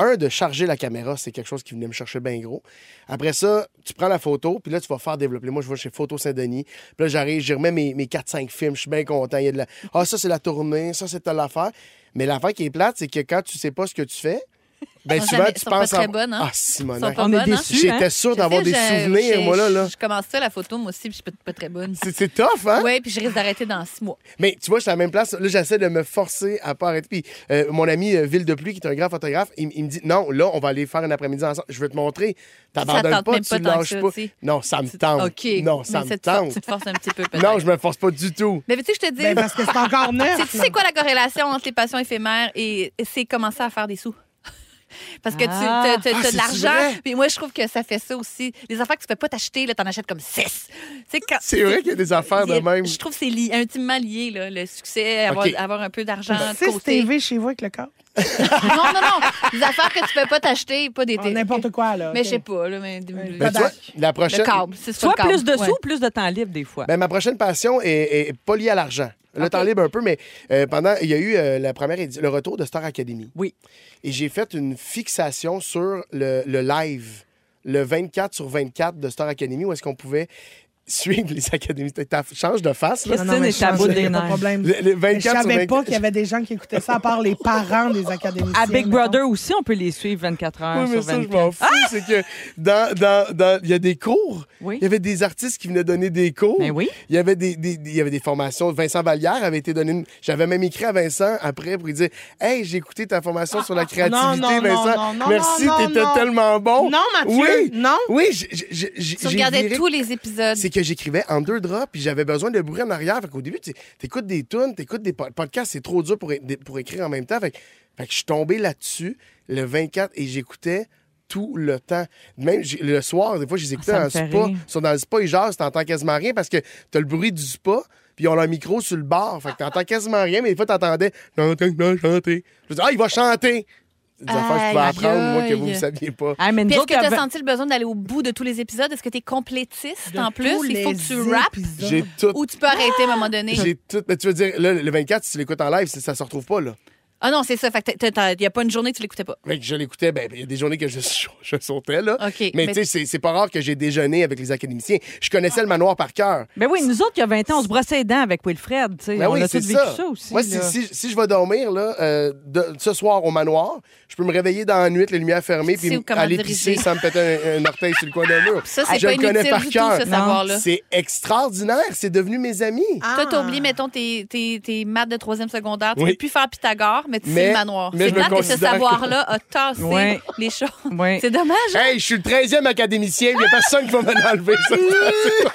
Un, de charger la caméra, c'est quelque chose qui venait me chercher bien gros. Après ça, tu prends la photo, puis là, tu vas faire développer. Moi, je vais chez Photo Saint-Denis. Puis là, j'arrive, j'y remets mes, mes 4-5 films, je suis bien content. Il y a de la... Ah, ça, c'est la tournée, ça, c'est telle affaire. Mais l'affaire qui est plate, c'est que quand tu sais pas ce que tu fais, ben
Ils sont
souvent,
jamais-
tu
ils sont pas
penses...
très
en-
bonnes, hein?
Ah, Simon,
Ils sont pas
On est
bonnes, hein?
déçus. hein?
J'étais sûr d'avoir
Tu
des
sais, j'ai-
souvenirs,
j'ai-
moi, là. là.
Je commence ça, la photo, moi aussi, puis je suis pas- pas très bonne.
C'est- C'est tough, hein?
Oui, puis je risque d'arrêter dans six mois.
Mais tu vois, je suis à la même place. Là, j'essaie de me forcer à pas arrêter. Puis euh, mon ami euh, Ville de Pluie, qui est un grand photographe, il, il me dit Non, là, on va aller faire un après-midi ensemble. Je veux te montrer.
Ça
T'abandonnes
te tente
pas,
même
tu
pas tant que
lâches
ça,
pas.
tu sais.
Non, ça me
Tu-
tente.
OK.
Ah Non,
Mais
ça me
te for-
tente.
Tu te forces un petit peu, peut-être.
Non, je me force pas du tout.
Mais veux-tu que je te
Ben,
dise?
parce que c'est encore neuf.
C'est- Tu sais quoi la corrélation entre les passions éphémères et et c'est commencer à faire des sous? Parce que tu
Ah.
as,
Ah,
de
c'est-tu
l'argent.
vrai?
Puis moi, je trouve que ça fait ça aussi. Les affaires que tu peux pas t'acheter, là, t'en achètes comme six. Tu sais, quand-
C'est vrai qu'il y a des affaires de
Il-
même.
Je trouve que c'est lié- intimement lié, là, le succès, avoir,
OK.
avoir un peu
Ben,
d'argent de
C'est
côté.
TV chez vous avec le corps.
Non, non, non. Des affaires que tu peux pas t'acheter, pas des
Ah, N'importe quoi, là.
Mais
ok.
je sais pas, là, mais.
Ben, tu vois, la
le
prochaine.
câble, c'est sur
Soit
le câble.
plus de sous,
Ouais.
plus de temps libre, des fois.
Ben, ma prochaine passion est, est pas liée à l'argent. Le temps libre un peu, mais euh, pendant, il y a eu euh, la première édi- le retour de Star Academy.
Oui.
Et j'ai fait une fixation sur le, le live, le 24 sur 24 de Star Academy, où est-ce qu'on pouvait suivre les académies. T'as- t'as- Change de face, là.
Non, non,
Christine
mais
est
je
à bout
changeais,
des
y a pas de
nerfs.
problème.
Le- le 24
Mais Je savais
sur 24.
pas qu'il y avait des gens qui écoutaient ça, à part les parents des académiciens.
Ah,
À
ben,
Big
mettons.
Brother aussi, on peut les suivre 24 heures
Oui, mais
sur
ça,
Ah!
je
24.
m'en fous.
Ah!
C'est que dans, dans, dans- il y a des cours.
Oui.
Il y avait des artistes qui venaient donner des cours.
Ben oui.
Il y avait des, des- des- il y avait des formations. Vincent Vallière avait été donné. une- J'avais même écrit à Vincent après pour lui dire Hey, j'ai écouté ta formation sur la créativité,
Ah, non, non,
Vincent.
non, non,
Merci,
non, non,
t'étais
non.
tellement bon.
Non, Mathieu,
Oui.
non.
Oui, j- j- j- j-
Tu
j'ai
regardais
viré-
tous les épisodes.
c'est que j'écrivais en deux draps, puis j'avais besoin de bruit en arrière. Fait qu'au début, tu écoutes des tunes, t'écoutes des po- podcasts, c'est trop dur pour, é- pour écrire en même temps. Fait, que- fait que je suis tombé là-dessus le 24 et j'écoutais tout le temps. Même j'ai- le soir, des fois, je les écoutais
Ah, ça
en
me fait
spa.
rire.
Ils sont dans le spa, ils jasent, t'entends quasiment rien parce que t'as le bruit du spa, puis ils ont leur micro sur le bar. Fait que t'entends quasiment rien, mais des fois, t'entendais chanter, chanter. Je dis, ah, il va chanter! Des affaires que je pouvais
Aïe,
apprendre, moi, que vous ne
aïe.
saviez pas.
Ah, mais nous
Puis est-ce
autres,
que tu as
avant-
senti le besoin d'aller au bout de tous les épisodes? Est-ce que tu es complétiste en plus?
Tous
Il faut
les
que tu rappes
épisodes.
J'ai tout
ou tu peux arrêter à un moment donné?
J'ai tout. Mais tu veux dire, là, le 24, si tu l'écoutes en live, ça, ça se retrouve pas, là.
Ah non, c'est ça. Fait il n'y a pas une journée que tu l'écoutais pas.
Mais que je l'écoutais, ben, il y a des journées que je, je sautais, là.
OK,
Mais
mais-
tu sais, c'est- c'est pas rare que j'ai déjeuné avec les académiciens. Je connaissais le manoir par cœur.
Mais Ben oui, nous autres, il y a 20 ans, on se brossait les dents avec Wilfred. tu sais.
Ben
on
oui,
a
c'est
tous vécu ça aussi.
Moi,
là.
si, si- si je vais dormir là, euh, de- ce soir au manoir, je peux me réveiller dans la nuit, les lumières fermées,
Tu sais
puis
où comment
aller
diriger.
pisser sans me péter un, un orteil sur le coin d'un mur.
Ça, c'est
je
pas
le connais
inutile
par
du tout,
cœur.
ce savoir-là.
C'est extraordinaire. C'est devenu mes amis.
Ah.
Toi, t'oublies, mettons, tes, tes, tes maths de troisième secondaire. Tu
Oui.
peux plus faire Pythagore, mais tu
Mais-
sais le manoir.
mais
C'est
je me
clair que ce
considère que-
savoir-là a tassé
Ouais.
les choses.
Ouais.
C'est dommage. hein?
Hey, je suis le 13e académicien. Il n'y a personne qui va me l'enlever, ça.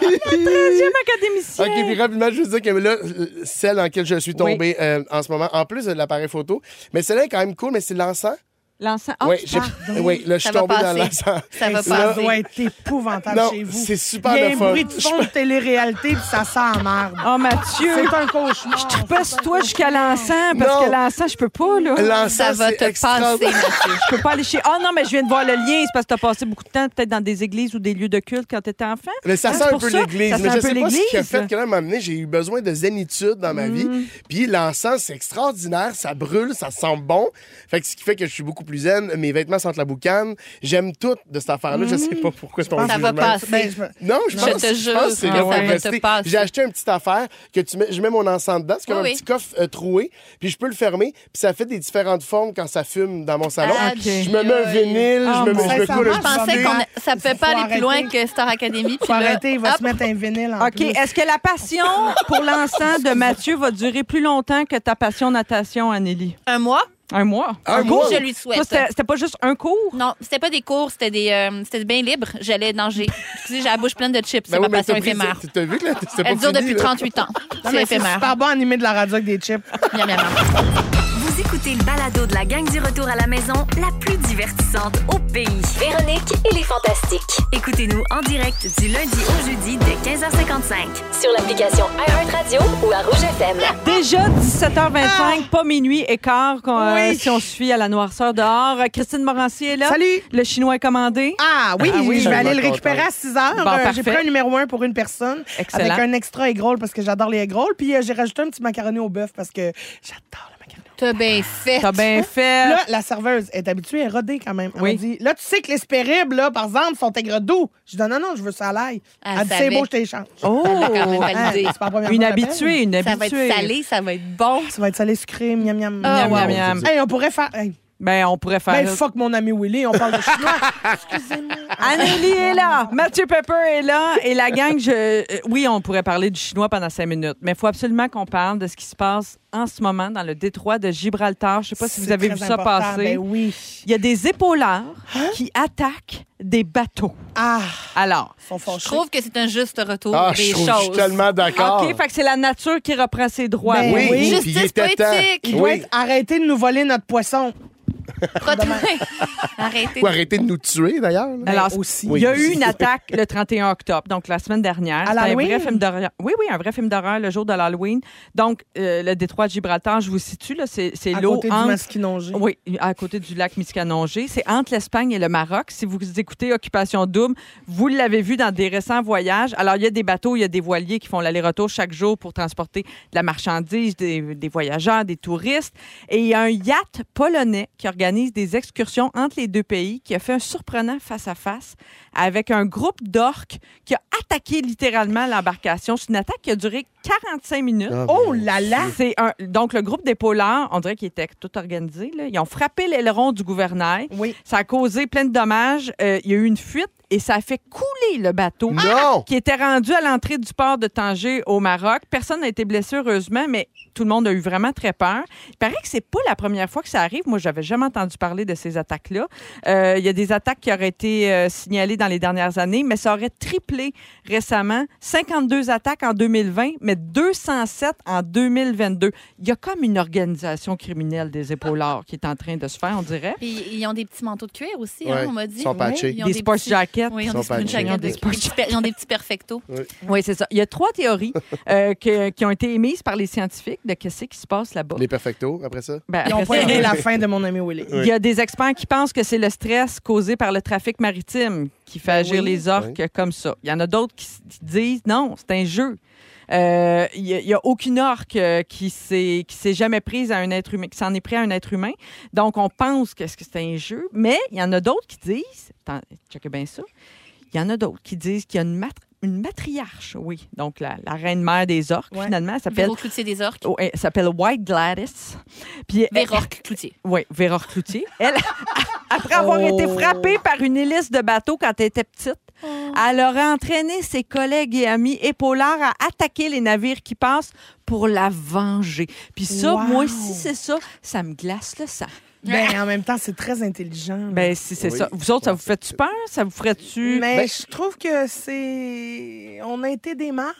Deuxième académicien.
OK, puis rapidement, je veux dire que là, euh, celle dans laquelle je suis tombé euh, en ce moment, en plus de l'appareil photo, mais celle-là est quand même cool, mais c'est l'encens.
L'encens. Ah,
oui,
tu
j'ai-
parles.
oui, là, je
Ça
suis
va
tombé dans
passer.
l'encens.
Ça va
Ça
Là,
passer.
doit être épouvantable
Non,
chez vous.
c'est super
Il y a
le
un
fun.
bruit de fond de télé-réalité, puis ça sent la merde.
Oh, Mathieu.
C'est un cauchemar.
Je te passe toi jusqu'à l'encens parce
Non.
que l'encens, je peux pas, là.
l'encens,
Ça va
c'est
te
extraordinaire.
passer, Mathieu.
Je peux pas aller chez. Ah non, mais je viens de voir le lien. C'est parce que t'as passé beaucoup de temps peut-être dans des églises ou des lieux de culte quand t'étais enfant.
Mais ça
Ah,
sent
c'est
un
pour
peu
ça?
l'église.
Ça
Mais
sent
je
un peu
sais pas ce qui a
l'église?
fait que là, à un moment donné, j'ai eu besoin de zénitude dans ma vie.
Mm.
Puis l'encens, c'est extraordinaire. Ça brûle, ça sent bon. Fait que ce qui fait que je suis beaucoup plus zen. Mes vêtements sentent la boucane. J'aime tout de cette affaire-là. Je sais pas pourquoi ton
Mm. Ça
jugement.
va passer.
Ben, je-
Non, je
Je
pense, je
te
pense
jure,
que c'est
ah
là où
ouais.
elle est
Ça va te
restée.
passer.
J'ai acheté une petite affaire que tu mets, je mets mon encens dedans. C'est comme
Oui,
un
oui.
petit coffre euh, troué. Puis je peux le fermer. Puis ça fait des différentes formes quand ça fume dans mon salon.
Ah,
Je me mets un
Dieu.
vinyle.
Ah,
je me, mets-
mon
je me coule un
Dieu.
Je pensais
petit
Attendez.
qu'on ça peut
Faut
pas aller plus loin
arrêter.
que Star Academy. Puis
Faut
là,
arrêter, il va
hop,
se mettre un vinyle en
OK.
plus.
Est-ce que la passion pour l'encens de Mathieu va durer plus longtemps que ta passion natation, Anneli?
un mois,
Un mois.
Un mois?
cours?
je lui souhaite.
Toi, c'était c'était pas juste un cours?
Non, c'était pas des cours, c'était des, euh, c'était bien libre. J'allais nager. Excusez, j'ai la bouche pleine de chips.
Ben
C'est
oui,
ma
mais
passion
t'as pris-
éphémère.
T'as vu que là, c'était pas
Elle dure
fini,
depuis
là.
38 ans.
Non,
C'est
mais c'est
éphémère.
super bon animé de la radio avec des chips.
Miam, miam, miam.
Vous écoutez le balado de la gang du retour à la maison la plus divertissante au pays.
Véronique et les Fantastiques.
Écoutez-nous en direct du lundi au jeudi dès 15h55.
Sur l'application iHeartRadio ou à Rouge FM.
Déjà 17h25,
Ah!
pas minuit et quart qu'on- euh, si on se fie à la noirceur dehors. Euh, Christine Morancy est là.
Salut!
Le chinois est commandé.
Ah oui,
Ah oui,
je vais aller le
content.
récupérer à 6 heures.
Bon,
Euh,
parfait.
j'ai pris un numéro 1 pour une personne
Excellent.
avec un extra eggroll parce que j'adore les eggrolls. Puis euh, j'ai rajouté un petit macaroni au bœuf parce que j'adore le macaroni. Hein?
T'as bien fait.
T'as bien fait.
Là, la serveuse est habituée, elle est rodée quand même. Elle
Oui.
m'a dit Là, tu sais que les spéribes, là, par exemple, sont aigres doux. Je dis Non, non, non, je veux ça à l'ail.
Elle
Elle dit C'est
savait.
beau, je t'échange.
oh!
quand même
Ah,
validé.
c'est pas la première
Une
fois que j'appelle.
habituée, une
Ça va
habituée.
être salé, ça va être bon.
Ça va être salé sucré, miam miam.
Miam,
wow.
miam, miam.
Hey, on pourrait faire. Hey,
Ben, on pourrait faire.
ben, fuck mon ami Willy, on parle de chinois. Excusez-moi.
Anneli est là, Mathieu Pepper est là et la gang, je... euh, oui, on pourrait parler du chinois pendant cinq minutes, mais il faut absolument qu'on parle de ce qui se passe en ce moment dans le détroit de Gibraltar. Je ne sais pas si vous
C'est
avez
très
vu ça
important,
passer.
Ben oui. Hein?
Il y a des épaulards qui attaquent des bateaux.
Ah,
Alors,
ils sont
Je
fâchés.
trouve que c'est un juste retour
Ah,
des
je trouve- je suis
choses.
tellement d'accord.
OK, fait que c'est la nature qui reprend ses droits.
Ben
Oui,
Oui.
puis
Justice
il était temps.
poétique.
Il
Oui.
doit être arrêté de nous voler notre poisson.
Protéger. Arrêtez.
Ou arrêter de nous tuer, d'ailleurs. là.
Ben Alors,
Ben, aussi.
il y a
Oui,
eu
aussi.
une attaque le 31 octobre, donc la semaine dernière. C'était un
l'Halloween?
vrai film d'horreur. Oui, oui, un vrai film d'horreur le jour de l'Halloween. Donc, euh, le détroit de Gibraltar, je vous situe, là, c'est c'est
À
l'eau
côté du
entre...
Masquinongé.
Oui, à côté du lac Miscanongé. C'est entre l'Espagne et le Maroc. Si vous écoutez Occupation Double, vous l'avez vu dans des récents voyages. Alors, il y a des bateaux, il y a des voiliers qui font l'aller-retour chaque jour pour transporter de la marchandise, des, des voyageurs, des touristes. Et il y a un yacht polonais qui organise des excursions entre les deux pays qui a fait un surprenant face-à-face avec un groupe d'orques qui a attaqué littéralement l'embarcation. C'est une attaque qui a duré 45 minutes.
Oh là là!
C'est un- donc le groupe des polars, on dirait qu'ils étaient tout organisés. là. Ils ont frappé l'aileron du gouvernail.
Oui.
Ça a causé plein de dommages. Euh, il y a eu une fuite et ça a fait couler le bateau
Non!
qui était rendu à l'entrée du port de Tanger au Maroc. Personne n'a été blessé, heureusement, mais tout le monde a eu vraiment très peur. Il paraît que c'est pas la première fois que ça arrive. Moi, j'avais jamais entendu parler de ces attaques-là. Euh, il y a des attaques qui auraient été euh, signalées dans les dernières années, mais ça aurait triplé récemment. 52 attaques en 2020, mais 207 en 2022. Il y a comme une organisation criminelle des épaulards qui est en train de se faire, on dirait.
Puis ils ont des petits manteaux de cuir aussi,
Ouais,
hein, on m'a dit.
ils sont patchés.
Ils ont
Des sports
petits-
jackets.
Oui, ils
Ils
ont des
sont
sports
patchés.
jackets.
Ils ont
des
des
sports
petits per- Ils ont des petits perfectos.
Oui, c'est ça. Il y a trois théories euh, que- qui ont été émises par les scientifiques de qu'est-ce qui se passe là-bas.
Les perfectos, après ça.
Ben,
Ils ont
après ça,
pointé la fin de mon ami Willy.
Il y a des experts qui pensent que c'est le stress causé par le trafic
Ben
maritime qui fait agir les orques comme ça. Il y en a d'autres qui s- qui disent non, c'est un jeu. Euh, Il n'y a, il y a aucune orque euh, qui s'est qui s'est jamais prise à un être humain, qui s'en est pris à un être humain. Donc, on pense que, est-ce que c'est un jeu, mais il y en a d'autres qui disent, attends, checkez bien ça, il y en a d'autres qui disent qu'il y a une, matri- une matriarche, oui, donc la, la reine-mère des orques,
Ouais.
finalement, elle s'appelle
Véro Cloutier des Orques.
Oh, elle s'appelle White Gladys. Puis elle-
Vérorque Cloutier.
Oui, Vera Cloutier. Elle, après avoir
Oh.
été frappée par une hélice de bateau quand elle était petite,
Oh.
elle aurait entraîné ses collègues et amis épaulards à attaquer les navires qui passent pour la venger. Puis ça,
Wow.
moi, si c'est ça, ça me glace le sang.
Ben, en même temps, c'est très intelligent.
Ben, si c'est ça. Vous autres, ça vous fait-tu peur? Ça vous ferait-tu... Ben,
Mais Ben, je trouve que c'est. On a été des mardes.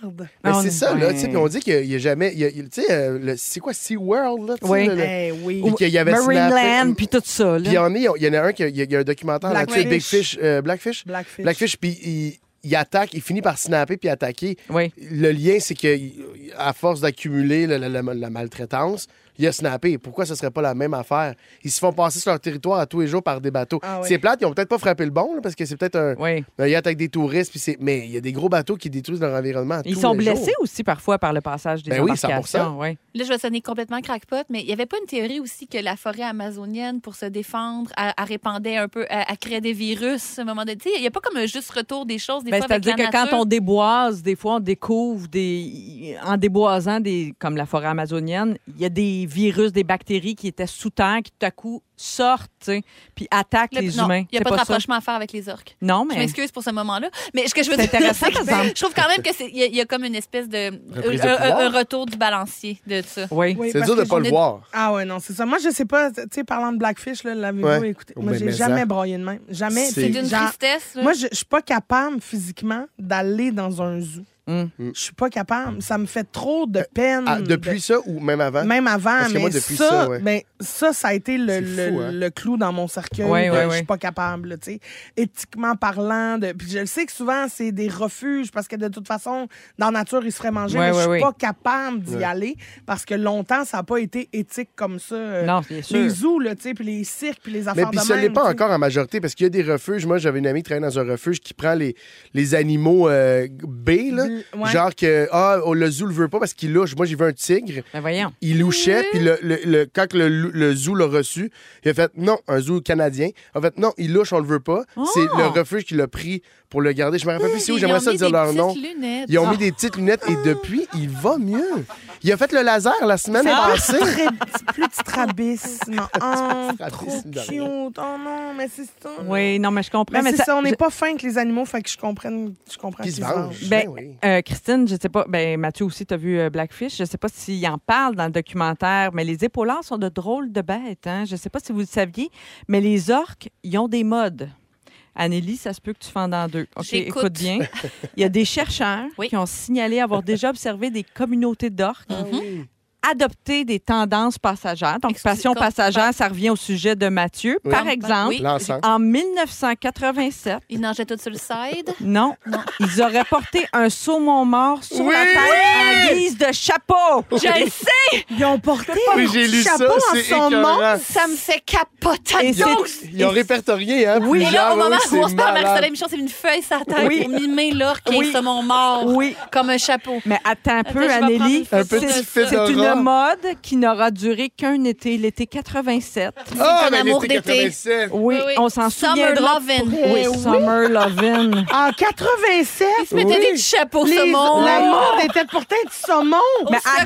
Mais
Ah, on-
Ben, c'est ça, là.
ouais.
tu sais, Puis on dit qu'il n'y a jamais. il y a- il- Tu sais, euh, le- c'est quoi SeaWorld, là? tu sais,
Oui.
là, le-
Eh oui.
Puis qu'il y avait
Marineland,
snappé-
puis tout ça.
Puis il y
Là.
en a, il y en- il y en a un qui a, il y a- il y a un documentaire là-dessus, Big
Blackfish.
Fish, euh, Blackfish.
Blackfish.
Blackfish, puis il, il attaque, il finit par snapper puis attaquer.
Oui.
Le lien, c'est que il- à force d'accumuler la, la- la- la maltraitance, il a snappé. Pourquoi ce serait pas la même affaire? Ils se font passer sur leur territoire à tous les jours par des bateaux.
Ah ouais.
C'est plate, ils ont peut-être pas frappé le bon, là, parce que c'est peut-être un...
Oui.
Ils attaquent des touristes, puis c'est... Mais il y a des gros bateaux qui détruisent leur environnement
Ils
tous
sont
les jours.
blessés aussi parfois par le passage des
Ben oui, 100%.
embarcations. Oui,
Là, je vais sonner complètement crackpot, mais il n'y avait pas une théorie aussi que la forêt amazonienne, pour se défendre, elle, elle répandait un peu, elle, elle créait des virus à un moment donné. Tu sais, Il n'y a pas comme un juste retour des choses, des
Ben,
fois, avec
C'est-à-dire
la
que quand
nature.
on déboise, des fois, on découvre des. En déboisant, des... comme la forêt amazonienne, il y a des virus, des bactéries qui étaient sous terre, qui tout à coup sortent, tu sais, puis attaquent
Le-
les
non,
humains.
Il n'y a
C'est
pas de
ça?
rapprochement à faire avec les orques.
Non,
Je
mais.
m'excuse pour ce moment-là, mais ce que je veux
C'est intéressant,
c'est que
par exemple.
je trouve quand même que c'est- il y, a- il y a comme une espèce de
Reprise de
un- un,
pouvoir.
un retour du balancier de ça.
Oui.
Oui,
C'est
parce
dur de
que
pas le
j'en ai-
voir.
Ah ouais, non, c'est ça. Moi, je sais pas, tu sais, parlant de Blackfish, là, l'avez-vous
Ouais.
écouté?
Oh,
Moi,
ben,
j'ai
mais
jamais
ça.
broyé de même. Jamais.
C'est-
C'est d'une
Genre-
tristesse. là.
Moi, je je suis pas capable physiquement d'aller dans un zoo.
Mm.
Je suis pas capable. Ça me fait trop de peine.
Ah, depuis ça ou même avant?
de- Même avant,
Parce que
mais
moi, depuis
ça,
ça, ouais.
ben, ça, ça a été le,
C'est
le-
fou, hein?
le clou dans mon cercueil.
Ouais,
de
ouais,
Je
ouais.
suis pas capable, là, tu sais. Éthiquement parlant, de... puis je le sais que souvent, c'est des refuges parce que de toute façon, dans la nature, ils se feraient manger,
Ouais,
mais je suis
ouais,
pas
ouais.
capable d'y aller parce que longtemps, ça n'a pas été éthique comme ça. euh,
Non, bien sûr.
Les zoos, là, tu sais, puis les cirques, puis les
Mais
affaires
puis
de
ce n'est
même,
pas
tu sais.
encore en majorité parce qu'il y a des refuges. Moi, j'avais une amie qui travaillait dans un refuge qui prend les, les animaux euh, B, là.
Bl- ouais.
Genre que, ah, oh, le zoo le veut pas parce qu'il louche. Moi, j'ai vu un tigre.
Ben voyons.
Il louchait, puis le, le- le- quand que le, lou- le zoo l'a reçu, il a fait non, un zoo canadien. En fait, non, il louche, on le veut pas. C'est
Oh!
le refuge qui l'a pris pour le garder. Je me rappelle plus
Ils
c'est où,
lui
j'aimerais
ont
ça
mis
dire
des
leur
petites
nom.
lunettes.
Ils ont mis des petites lunettes et depuis, il va mieux. Il a fait le laser la semaine passée.
Très- plus petit strabisme. Oh, trop
strabisme de
cute.
rien.
Oh non, mais c'est ça.
Oui, non, mais je comprends.
Mais,
mais
Ben, c'est
ça-
ça, on n'est pas fin que les animaux, fait que je comprends, je comprends
Qui se
qu'ils se
vengent.
vengent.
Ben,
Ben oui.
euh, Christine, je sais pas. Ben, Mathieu aussi, tu as vu euh, Blackfish. Je sais pas s'il en parle dans le documentaire, mais les épaulards sont de drôles de bêtes. Hein? Je sais pas si vous le saviez, mais les orques, ils ont des modes. Anneli, ça se peut que tu fendes en deux. OK,
J'écoute.
écoute bien. Il y a des chercheurs
Oui.
qui ont signalé avoir déjà observé des communautés d'orques
Ah
adopter des tendances passagères. Donc,
Excuse-
passion
comme-
passagère, ça revient au sujet de Mathieu.
Oui.
Par
Comme-
exemple,
oui.
L'encens.
en 1987,
Ils nageaient tout sur le side.
non. Ils auraient porté un saumon mort sur la tête en guise de chapeau.
Je le sais,
Ils ont porté un
Oui, j'ai
petit
lu ça,
chapeau en
c'est
son
écœurant.
monde.
ça me fait capoter.
Et
de
c'est-
doux.
Ils ont répertorié, hein?
Et là,
plusieurs,
au moment
oui,
où on
c'est
se parle,
malade.
Marie-Soleil Michon, c'est une feuille sur la tête
Oui.
pour mimer l'orque
Oui.
et ce mon mort
Oui.
comme un chapeau.
Mais attends un
Attends,
peu,
je vais prendre
Anneli.
une photo
Un petit
de
fil
ça.
C'est
Laura.
une mode qui n'aura duré qu'un été, l'été 87.
Ah,
un
mais
amour
l'été
d'été.
87.
Oui,
Oui, oui.
on s'en
Summer
souvient.
lovin'.
Oui, Summer Lovin'.
En 87,
Ils se Oh! mettaient
Oui.
des chapeaux
les-
saumon.
la mode était pourtant du saumon.
Mais à, à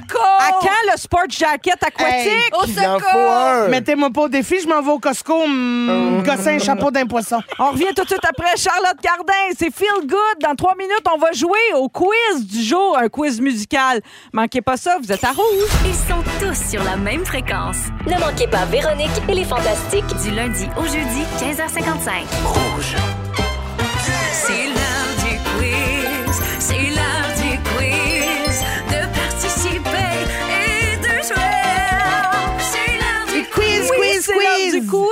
quand le sport jacket aquatique?
Hey.
Au
Il en
secours!
faut un. Euh.
Mettez-moi pas au défi, je m'en vais au Costco me gosser un chapeau d'un poisson.
On revient tout de suite après Charlotte Cardin. C'est Feel Good. Dans trois minutes, on va jouer au quiz du jour, un quiz musical. Manquez pas ça, vous êtes à rouge.
Ils sont tous sur la même fréquence.
Ne manquez pas Véronique et les Fantastiques.
Du lundi au jeudi, 15h55. C'est l'heure du quiz, c'est l'heure du quiz, de participer et de jouer. C'est l'heure du
Quiz, quiz,
C'est l'heure
quiz.
du quiz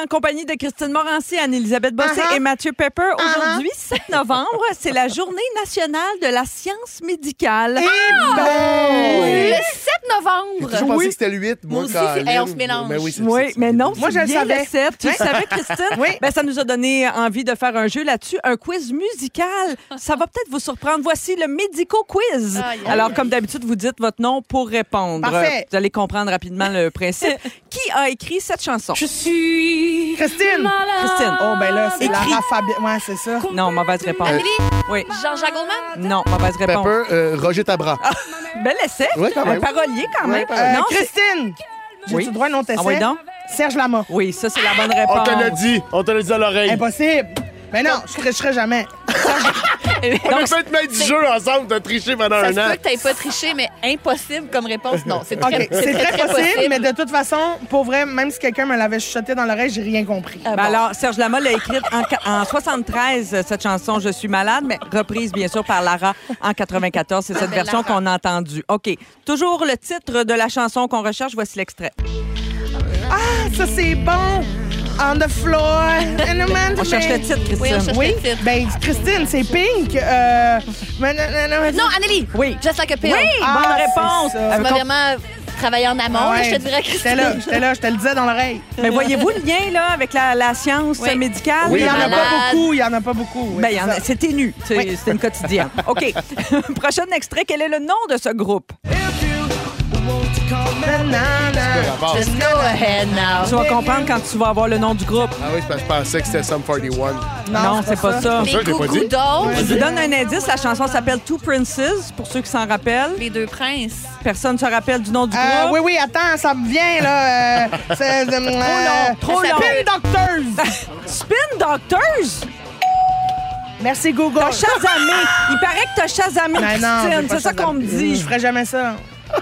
en compagnie de Christine Morancy, Anne-Elisabeth Bossé
Uh-huh.
et Mathieu Pepper. Aujourd'hui, 7 novembre, c'est la journée nationale de la science médicale. Ah!
Eh
ben!
Oui.
Le 7 novembre!
J'ai toujours pensé que c'était le 8.
Moi
Moi,
aussi,
quand
c'est- hey, on
même.
se mélange.
Ben
Mais oui, c'est
Oui,
c'est- c'est-
mais non,
Moi,
c'est
je le
bien
savais.
sept. Tu le
Oui.
savais, Christine?
Oui.
Ben, ça nous a donné envie de faire un jeu là-dessus, un quiz musical. Ça va peut-être vous surprendre. Voici le médico-quiz.
Aïe, aïe,
Alors,
aïe.
comme d'habitude, vous dites votre nom pour répondre.
Parfait.
Vous allez comprendre rapidement le principe. Qui a écrit cette chanson?
Christine!
Christine.
Oh, ben là, c'est
Écrit.
Lara Fabian. Ouais, c'est ça.
Non, mauvaise réponse.
Amélie,
Oui.
Jean-Jacques Goldman?
Non, mauvaise réponse.
Pepper, euh, Roger Tabra.
Ah,
Bel essai.
Oui, quand
un
même.
parolier quand même.
Oui, quand même.
non,
Euh,
c'est-
Christine! J'ai-tu
Oui.
le droit à un autre
Ah oui,
essai?
donc?
Serge Lama.
Oui, ça, c'est la bonne réponse.
On te l'a dit. On te l'a dit à l'oreille.
Impossible! Mais non, je tricherai jamais.
On a fait mettre du jeu ensemble. T'as triché pendant
Ça se
un
peut
an.
que t'aies pas triché, mais impossible comme réponse. Non, c'est
OK,
très,
c'est très possible,
possible.
mais de toute façon, pour vrai, même si quelqu'un me l'avait chuchoté dans l'oreille, j'ai rien compris.
Ah,
Ben
bon.
alors, Serge Lama l'a écrite en, ca- en 73, euh, cette chanson Je suis malade, mais reprise bien sûr par Lara en 94. C'est cette
Ah, belle
version
Lara.
qu'on a entendue. OK. Toujours le titre de la chanson qu'on recherche. Voici l'extrait.
Ah, ça, c'est bon! On the floor, and a man
On cherche le titre,
Oui, on
Christine.
cherche
Oui,
le titre.
ben Christine, c'est Pink. Euh... mais non, non,
Non, Annélie!
Oui.
Just like a pill.
Oui,
Ah,
bonne réponse.
Tu
c'est ça.
Euh,
m'as
com-
vraiment travaillé en amont,
Ah
là, je
ouais,
te dirais,
J'étais là,
Christine.
j'étais là, je te le disais dans l'oreille.
mais voyez-vous le lien là avec la, la science
Oui.
euh, médicale?
il y en a
malade.
pas beaucoup, il y en a pas beaucoup. oui,
Ben, il y
c'est
en a-
ça.
c'est ténu. C'est c'est une quotidienne. OK. Prochain extrait. Quel est le nom de ce groupe?
Banana.
Ah
Just go ahead now.
Tu vas comprendre quand tu vas avoir le nom du groupe.
Ah oui, c'est parce que je pensais que c'était Sum 41.
Non, c'est pas ça.
ça,
Les
je l'ai pas dit.
coucous d'or,
Je vous donne un indice. La chanson s'appelle Two Princes, pour ceux qui s'en rappellent.
les deux princes.
Personne ne se rappelle du nom du
Euh,
groupe.
oui, oui, attends, ça me vient, là. euh, c'est, euh, euh,
trop
ça
long.
s'appelle Doctors.
Spin Doctors!
Merci, Google.
T'as chasamé! Il paraît que t'as chasamé,
Mais non, j'ai
Christine.
pas
C'est ça
choisi.
qu'on me
Je
dit.
ferais jamais ça.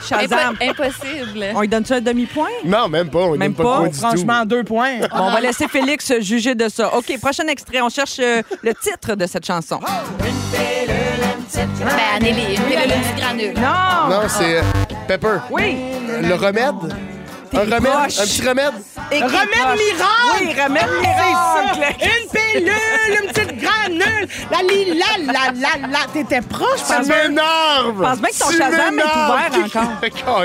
Shazam.
Impo- Impossible.
On lui donne-tu un demi-point?
Non, même pas. On est même
Même
pas,
pas.
loin du
Franchement, deux points.
Bon, on va laisser Félix juger de ça. OK, prochain extrait. On cherche euh, le titre de cette chanson.
Ben,
Ah,
Annélie, une pilule du granule.
tout.
Non!
Non, c'est euh, Pepper.
Oui!
Le remède. Un remède.
proche.
Un petit remède.
Et
Remède miracle!
Oui, remède miracle!
Une pilule, une petite granule. La li, la, la, la, la. T'étais proche,
Tu
parce que...
m'énerves.
Pense bien que ton Shazam est ouvert
encore.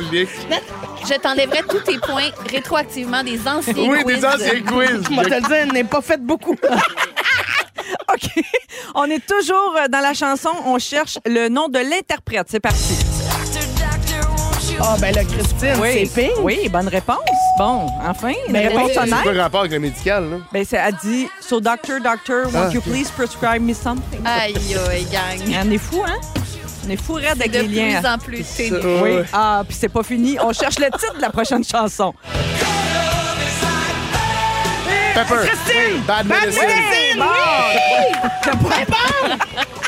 Je t'enlèverai tous tes points rétroactivement des anciens
Oui,
quiz.
des anciens quiz.
Moi, je te le dis, elle n'est pas faite beaucoup.
OK. On est toujours euh, dans la chanson. On cherche le nom de l'interprète. C'est parti.
Ah, ben là, Christine, c'est Pink.
Oui, bonne réponse. Bon, enfin, une
Mais
réponse
oui.
C'est
honnête.
pas rapport avec le médical, là.
Ben, c'est, elle dit So, doctor, doctor,
Ah,
won't you please prescribe me something?
Aïe, aïe, gang.
On est fou, hein? On est fou, raide avec
De
les liens.
plus en plus, c'est
Oui. Ah, puis c'est pas fini. On cherche le titre de la prochaine chanson.
Pepper.
Christine!
Bad Medicine.
Christine, oui!
T'as pas-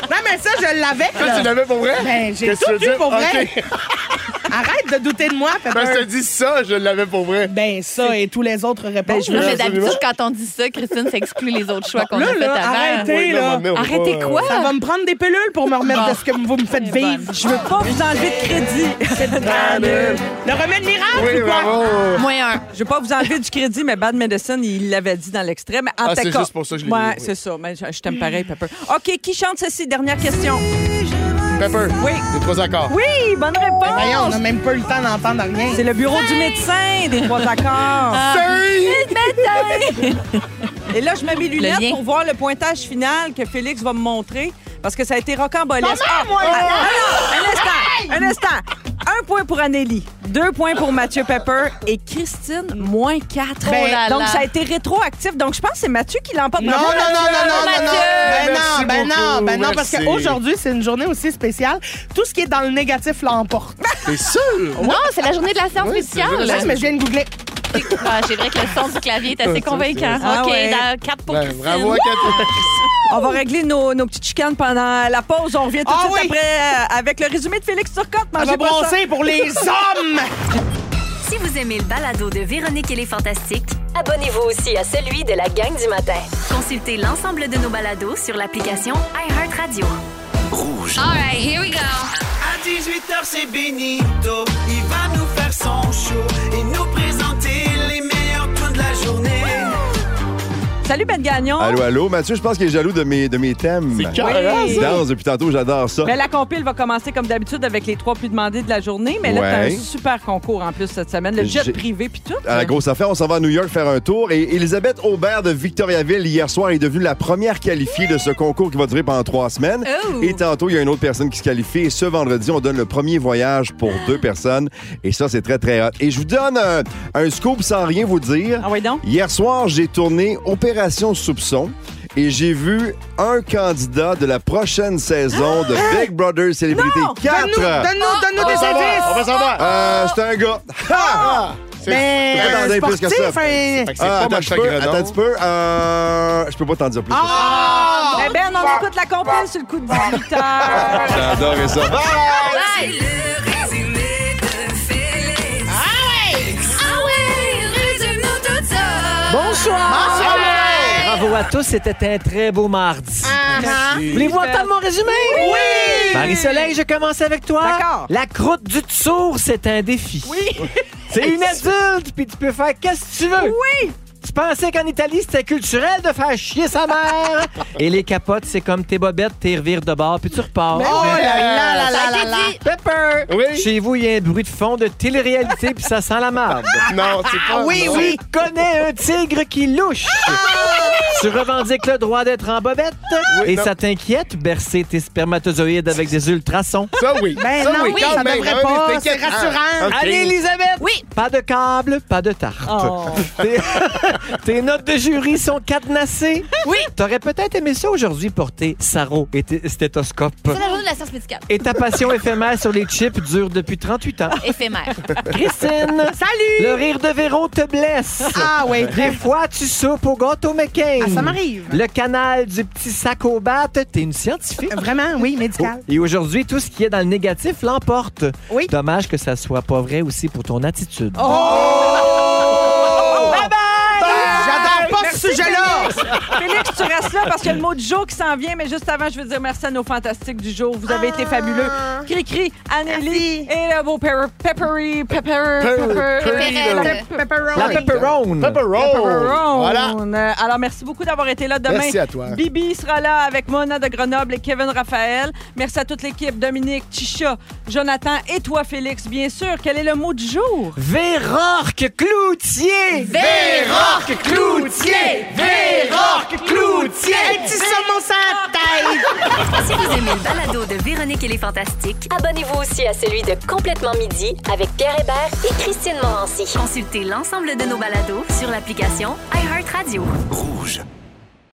Non, mais ça, je l'avais.
Ça,
là.
tu l'avais pour vrai?
Ben, j'ai
Qu'est-ce
tout
que tu veux
eu pour
dire?
vrai.
OK.
Arrête de douter de moi,
Ben, je te
Pepper.
dis ça, je l'avais pour vrai.
Ben, ça et tous les autres réponses.
Non, mais
Euh, Absolument.
d'habitude, quand on dit ça, Christine, ça exclut les autres choix qu'on a
Là,
fait
là,
avant.
arrêtez,
là,
là.
maman, on peut
Arrêtez
pas, euh,
quoi? Eh ben,
Ça va me prendre des pilules pour me remettre de ce que vous me faites vivre.
Je veux pas vous enlever de crédit.
Le remède miracle
Oui,
ou quoi?
bravo.
Moins un.
Je veux pas vous enlever du crédit, mais Bad Medicine, il l'avait dit dans l'extrait. Mais en
Ah,
tout
c'est
cas-
juste pour ça que je l'ai
Ouais,
dit, oui.
c'est ça. Mais je, je t'aime pareil, Pepper. OK, qui chante ceci? Dernière question.
Pepper.
Oui.
Les trois accords.
Oui, bonne
Voyons, on
réponse.
n'a même pas eu le temps d'entendre rien.
C'est le bureau du médecin des trois accords.
Ah.
Et là, je mets mes lunettes
lien.
pour voir le pointage final que Félix va me montrer parce que ça a été rocambolesque. Ah,
moi,
ah,
là!
ah, non, un instant, un instant. Un point pour Anneli, deux points pour Mathieu Pepper et Christine, moins quatre.
Ben, Oh là
donc,
là.
ça a été rétroactif. Donc, je pense que c'est Mathieu qui l'emporte.
Non, non,
Bravo,
non,
Mathieu.
non, non, non, non. Ben
Merci
non, ben non,
beaucoup,
ben non, parce
merci.
qu'aujourd'hui, c'est une journée aussi spéciale. Tout ce qui est dans le négatif l'emporte.
T'es sûr?
Non, c'est la journée de la science
c'est
spéciale.
Juste, mais je viens de googler.
Ah, c'est vrai que le son du clavier est assez convaincant.
Ah
OK,
ouais.
dans 4 pour
Ben,
Christine.
bravo à Catherine.
On va régler nos, nos petites chicanes pendant la pause. On revient tout de
Ah
suite
oui.
après euh, avec le résumé de Félix Turcotte.
On
Mangez
va
pas ça.
bronzer pour les hommes!
Si vous aimez le balado de Véronique et les Fantastiques,
Abonnez-vous aussi à celui de la gang du matin.
consultez l'ensemble de nos balados sur l'application iHeartRadio.
Rouge.
All right, here we go.
À 18h, c'est Benito. Il va nous faire son show et nous présenter les meilleurs tunes de la journée.
Salut, Ben Gagnon.
Allô, allô. Mathieu, je pense qu'il est jaloux de mes, de mes thèmes.
C'est carré,
Je
ça.
danse depuis tantôt, j'adore ça.
Ben, la compile va commencer comme d'habitude avec les trois plus demandés de la journée, mais là,
Ouais.
t'as un super concours en plus cette semaine. Le jet
J'ai-
privé puis tout.
À la grosse affaire, on s'en va à New York faire un tour. Et Elisabeth Aubert de Victoriaville, hier soir, est devenue la première qualifiée de ce concours qui va durer pendant trois semaines.
Oh!
Et tantôt, il y a une autre personne qui se qualifie. Et ce vendredi, on donne le premier voyage pour
Ah!
deux personnes. Et ça, c'est très, très hot. Et je vous donne un, un scoop sans rien vous dire.
Ah
Hier soir, j'ai tourné Opération Soupçon. Et j'ai vu un candidat de la prochaine saison de Big Brother Célébrité 4.
Ah! Donne-nous
On
donne-nous
va
des
savoir,
indices.
on va savoir. Euh, c'est un gars. Ah!
C'est- Ben,
Je peux pas t'en dire plus que
sportif,
ça.
hein. Fait que c'est pas
Ah, attends un
Max
petit peu,
Gredon.
attends un petit peu. Euh, je peux pas t'en dire plus. que ça.
Ah! Ben, Ben, on écoute la compile sur le coup de 18 heures.
J'adorais ça.
C'est le résumé de Félix. Ah ouais! Ah ouais! Résume-nous tout ça!
Bonsoir.
Bonsoir!
Bravo à tous, c'était un très beau mardi.
Ah,
Uh-huh. Voulez-vous entendre mon résumé?
Oui!
Marie-Soleil, je commence avec toi.
D'accord.
La croûte du tour, c'est un défi. Oui! C'est une adulte, puis tu peux faire qu'est-ce que tu veux. Oui! Tu pensais qu'en Italie, c'était culturel de faire chier sa mère. Et les capotes, c'est comme tes bobettes, t'es revires de bord, puis tu repars.
Mais
Oh
oui. Ça a été dit.
Pepper!
Oui.
Chez vous, il y a un bruit de fond de télé-réalité, puis ça sent la marde.
Non, c'est pas- Ah oui, oui.
Tu connais un tigre qui louche. Tu revendiques le droit d'être en bobette
Oui,
et
non.
ça t'inquiète, bercer tes spermatozoïdes avec des ultrasons.
Ça oui.
Ben Ça
Ah
non, oui, oui, quand ça même, devrait un pas, des c'est paquets. rassurant. Ah, ok.
hein, Allez, Elisabeth. Oui. Pas de câble, pas de tarte.
Oh.
Tes- Tes notes de jury sont cadenassées.
Oui.
T'aurais peut-être aimé ça aujourd'hui porter sarro et t- stéthoscope.
C'est la journée de la science médicale.
Et ta passion éphémère sur les chips dure depuis 38 ans.
Éphémère.
Christine!
Salut!
Le rire de Véro te blesse.
Ah oui.
Des fois, tu soupes au gâteau McCain.
Ah, ça m'arrive.
Le canal du petit sac au bat, t'es une scientifique.
Vraiment, oui, médical.
Et aujourd'hui, tout ce qui est dans le négatif l'emporte.
Oui. Oh,
Dommage que ça soit pas vrai aussi pour ton attitude.
J'adore
pas ce sujet-là.
Félix, tu restes là parce qu'il y a le mot du jour qui s'en vient, mais juste avant, je veux dire merci à nos fantastiques du jour. Vous avez été fabuleux. Cri-cri, Anneli et le beau Pepper, Peppery, Pepper, Pepper,
La pepperone.
Pepperone.
Voilà.
Euh, Alors, merci beaucoup d'avoir été là demain.
Merci à toi.
Bibi sera là avec Mona de Grenoble et Kevin Raphaël. Merci à toute l'équipe, Dominique, Chicha, Jonathan et toi, Félix, bien sûr. Quel est le mot du jour?
Vérorque Cloutier!
Vérorque Cloutier! Vérorque Cloutier!
Un petit saumon si vous aimez le balado de Véronique et les Fantastiques,
Abonnez-vous aussi à celui de Complètement Midi avec Pierre Hébert et Christine Morancy.
consultez l'ensemble de nos balados sur l'application iHeartRadio.
Rouge.